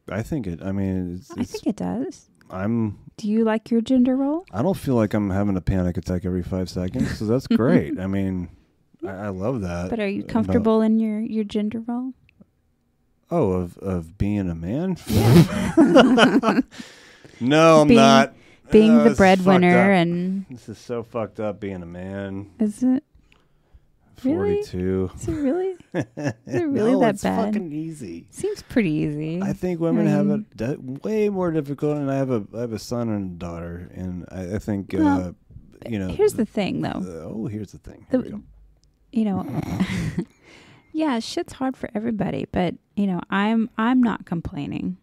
Speaker 1: I think it. I mean, it's,
Speaker 2: I
Speaker 1: it's,
Speaker 2: think it does.
Speaker 1: I'm.
Speaker 2: Do you like your gender role?
Speaker 1: I don't feel like I'm having a panic attack every five seconds, so that's great. I mean, I, I love that.
Speaker 2: But are you
Speaker 1: about-
Speaker 2: comfortable in your your gender role?
Speaker 1: Oh, of of being a man. no, I'm
Speaker 2: Being-
Speaker 1: not.
Speaker 2: Being
Speaker 1: Oh,
Speaker 2: the
Speaker 1: this is fucked
Speaker 2: breadwinner
Speaker 1: up.
Speaker 2: and
Speaker 1: this is so fucked up being a man.
Speaker 2: is it Really?
Speaker 1: Forty-two.
Speaker 2: is it really? is it really
Speaker 1: no,
Speaker 2: that
Speaker 1: it's
Speaker 2: bad?
Speaker 1: fucking easy.
Speaker 2: Seems pretty easy.
Speaker 1: I think women have
Speaker 2: mean-
Speaker 1: it di- way more difficult, and I have a I have a son and a daughter, and I, I think uh,
Speaker 2: Well,
Speaker 1: you know.
Speaker 2: Here's the thing though.
Speaker 1: uh, oh, here's the thing. Here we
Speaker 2: The,
Speaker 1: go.
Speaker 2: you know Yeah, shit's hard for everybody, but you know, I'm I'm not complaining.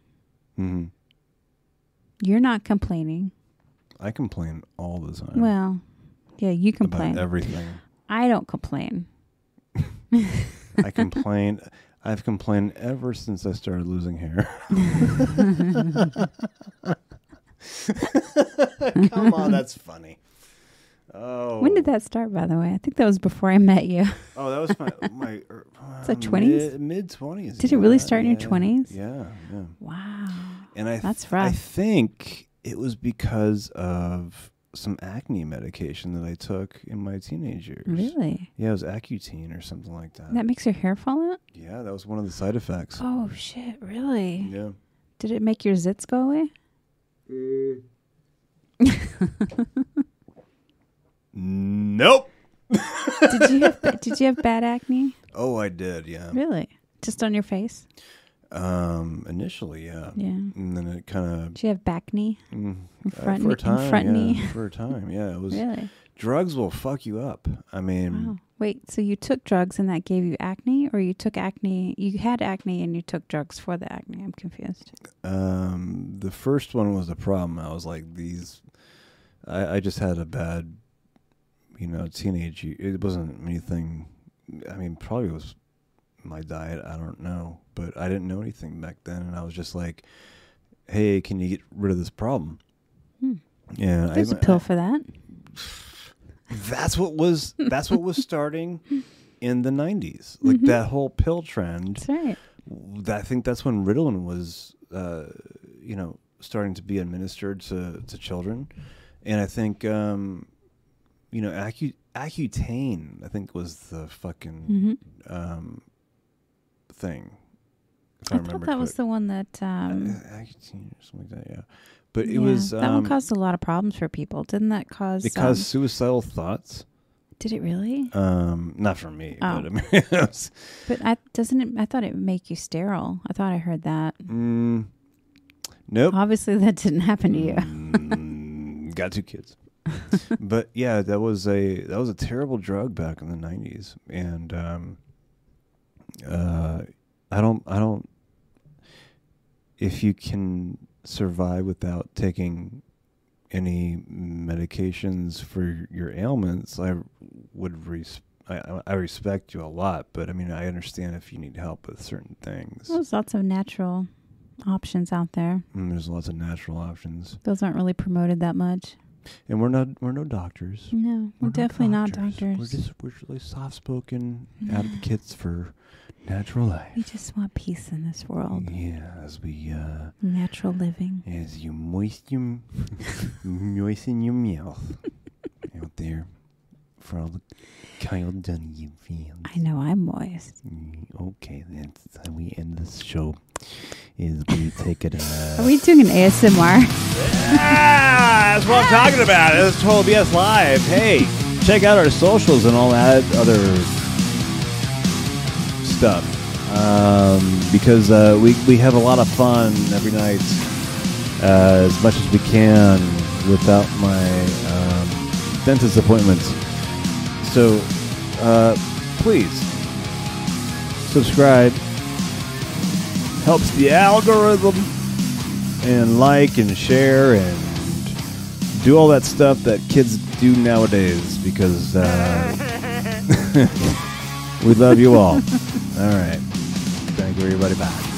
Speaker 1: hmm
Speaker 2: You're not complaining.
Speaker 1: I complain all the time
Speaker 2: Well, yeah, you
Speaker 1: about
Speaker 2: complain.
Speaker 1: everything.
Speaker 2: I don't complain.
Speaker 1: I complain. I've complained ever since I started losing hair. Come on, that's funny. Oh,
Speaker 2: When did that start, by the way? I think that was before I met you.
Speaker 1: oh, that was my my. er,
Speaker 2: like
Speaker 1: uh,
Speaker 2: 20s?
Speaker 1: mid twenties.
Speaker 2: Did it really start in your 20s?
Speaker 1: Yeah, yeah.
Speaker 2: wow.
Speaker 1: And I th-
Speaker 2: That's
Speaker 1: I
Speaker 2: rough.
Speaker 1: think it was because of some acne medication that I took in my teenage years.
Speaker 2: Really?
Speaker 1: Yeah, it was Accutane or something like that.
Speaker 2: That makes your hair fall out?
Speaker 1: yeah, that was one of the side effects.
Speaker 2: Oh, shit. Really?
Speaker 1: Yeah.
Speaker 2: Did it make your zits go away?
Speaker 1: Nope.
Speaker 2: Did you have ba- Did you have bad acne?
Speaker 1: Oh, I did. Yeah.
Speaker 2: Really? Just on your face?
Speaker 1: Um, initially, yeah.
Speaker 2: Yeah.
Speaker 1: And then it kind
Speaker 2: Did you have back knee?
Speaker 1: of
Speaker 2: Or
Speaker 1: Uh,
Speaker 2: front,
Speaker 1: for
Speaker 2: knee,
Speaker 1: a time,
Speaker 2: front
Speaker 1: yeah,
Speaker 2: knee?
Speaker 1: for a time, yeah. Mm. It was
Speaker 2: Really?
Speaker 1: drugs will fuck you up. I mean,
Speaker 2: Wow. Wait, so you took drugs and that gave you acne, or you took acne, you had acne and you took drugs for the acne? I'm confused.
Speaker 1: um, the first one was a problem. I was like, these, I, I just had a bad, you know, teenage. ye- It wasn't anything. I mean, probably was my diet. I don't know, but I didn't know anything back then, and I was just like, "Hey, can you get rid of this problem?" Yeah, I
Speaker 2: There's Hmm. a
Speaker 1: even-
Speaker 2: pill for that.
Speaker 1: that's what was that's what was starting in the 90s like
Speaker 2: Mm-hmm.
Speaker 1: that whole pill trend
Speaker 2: That's right.
Speaker 1: th- i think that's when ritalin was uh, you know starting to be administered to, to children and i think um, you know Accu- accutane i think was the fucking
Speaker 2: Mm-hmm.
Speaker 1: um, thing if i,
Speaker 2: I, thought
Speaker 1: remember
Speaker 2: that was
Speaker 1: correct-
Speaker 2: the one that. Um,
Speaker 1: Uh, accutane or something like that yeah but it
Speaker 2: yeah,
Speaker 1: was
Speaker 2: that
Speaker 1: um,
Speaker 2: one caused a lot of problems for people, didn't that cause?
Speaker 1: it
Speaker 2: um,
Speaker 1: caused suicidal thoughts
Speaker 2: did it really?
Speaker 1: um, not for me
Speaker 2: Oh.
Speaker 1: but i mean it was-
Speaker 2: But I doesn't. It, I thought it would make you sterile. I thought I heard that.
Speaker 1: Mm, nope.
Speaker 2: Obviously, that didn't happen to you.
Speaker 1: Mm, got two kids. but yeah, that was a that was a terrible drug back in the nineties, and um, uh, I don't I don't. If you can survive without taking any medications for your ailments, I would res- I- I, I respect you a lot, but I mean I understand if you need help with certain things.
Speaker 2: There's lots of natural options out there.
Speaker 1: Mm, there's lots of natural options.
Speaker 2: Those aren't really promoted that much.
Speaker 1: and we're not we're no doctors.
Speaker 2: No, we're,
Speaker 1: no
Speaker 2: definitely not doctors.
Speaker 1: We're just we're really soft spoken advocates for natural life.
Speaker 2: we just want peace in this world.
Speaker 1: Yeah, as we uh
Speaker 2: Natural living.
Speaker 1: as you moisten moisten your mouth out there for all the Kyle you fans.
Speaker 2: I know I'm moist.
Speaker 1: Mm, Okay, that's how we end this show. Is we take it uh
Speaker 2: Are we doing an ASMR?
Speaker 8: Ah, that's what I'm talking about. This is Total BS Live. Hey, check out our socials and all that other stuff. Um, because uh, we, we have a lot of fun every night uh, as much as we can without my um, dentist appointments. So uh, please subscribe. Helps the algorithm and like and share and do all that stuff that kids do nowadays because uh, we love you all. all right. Thank you, everybody. Bye.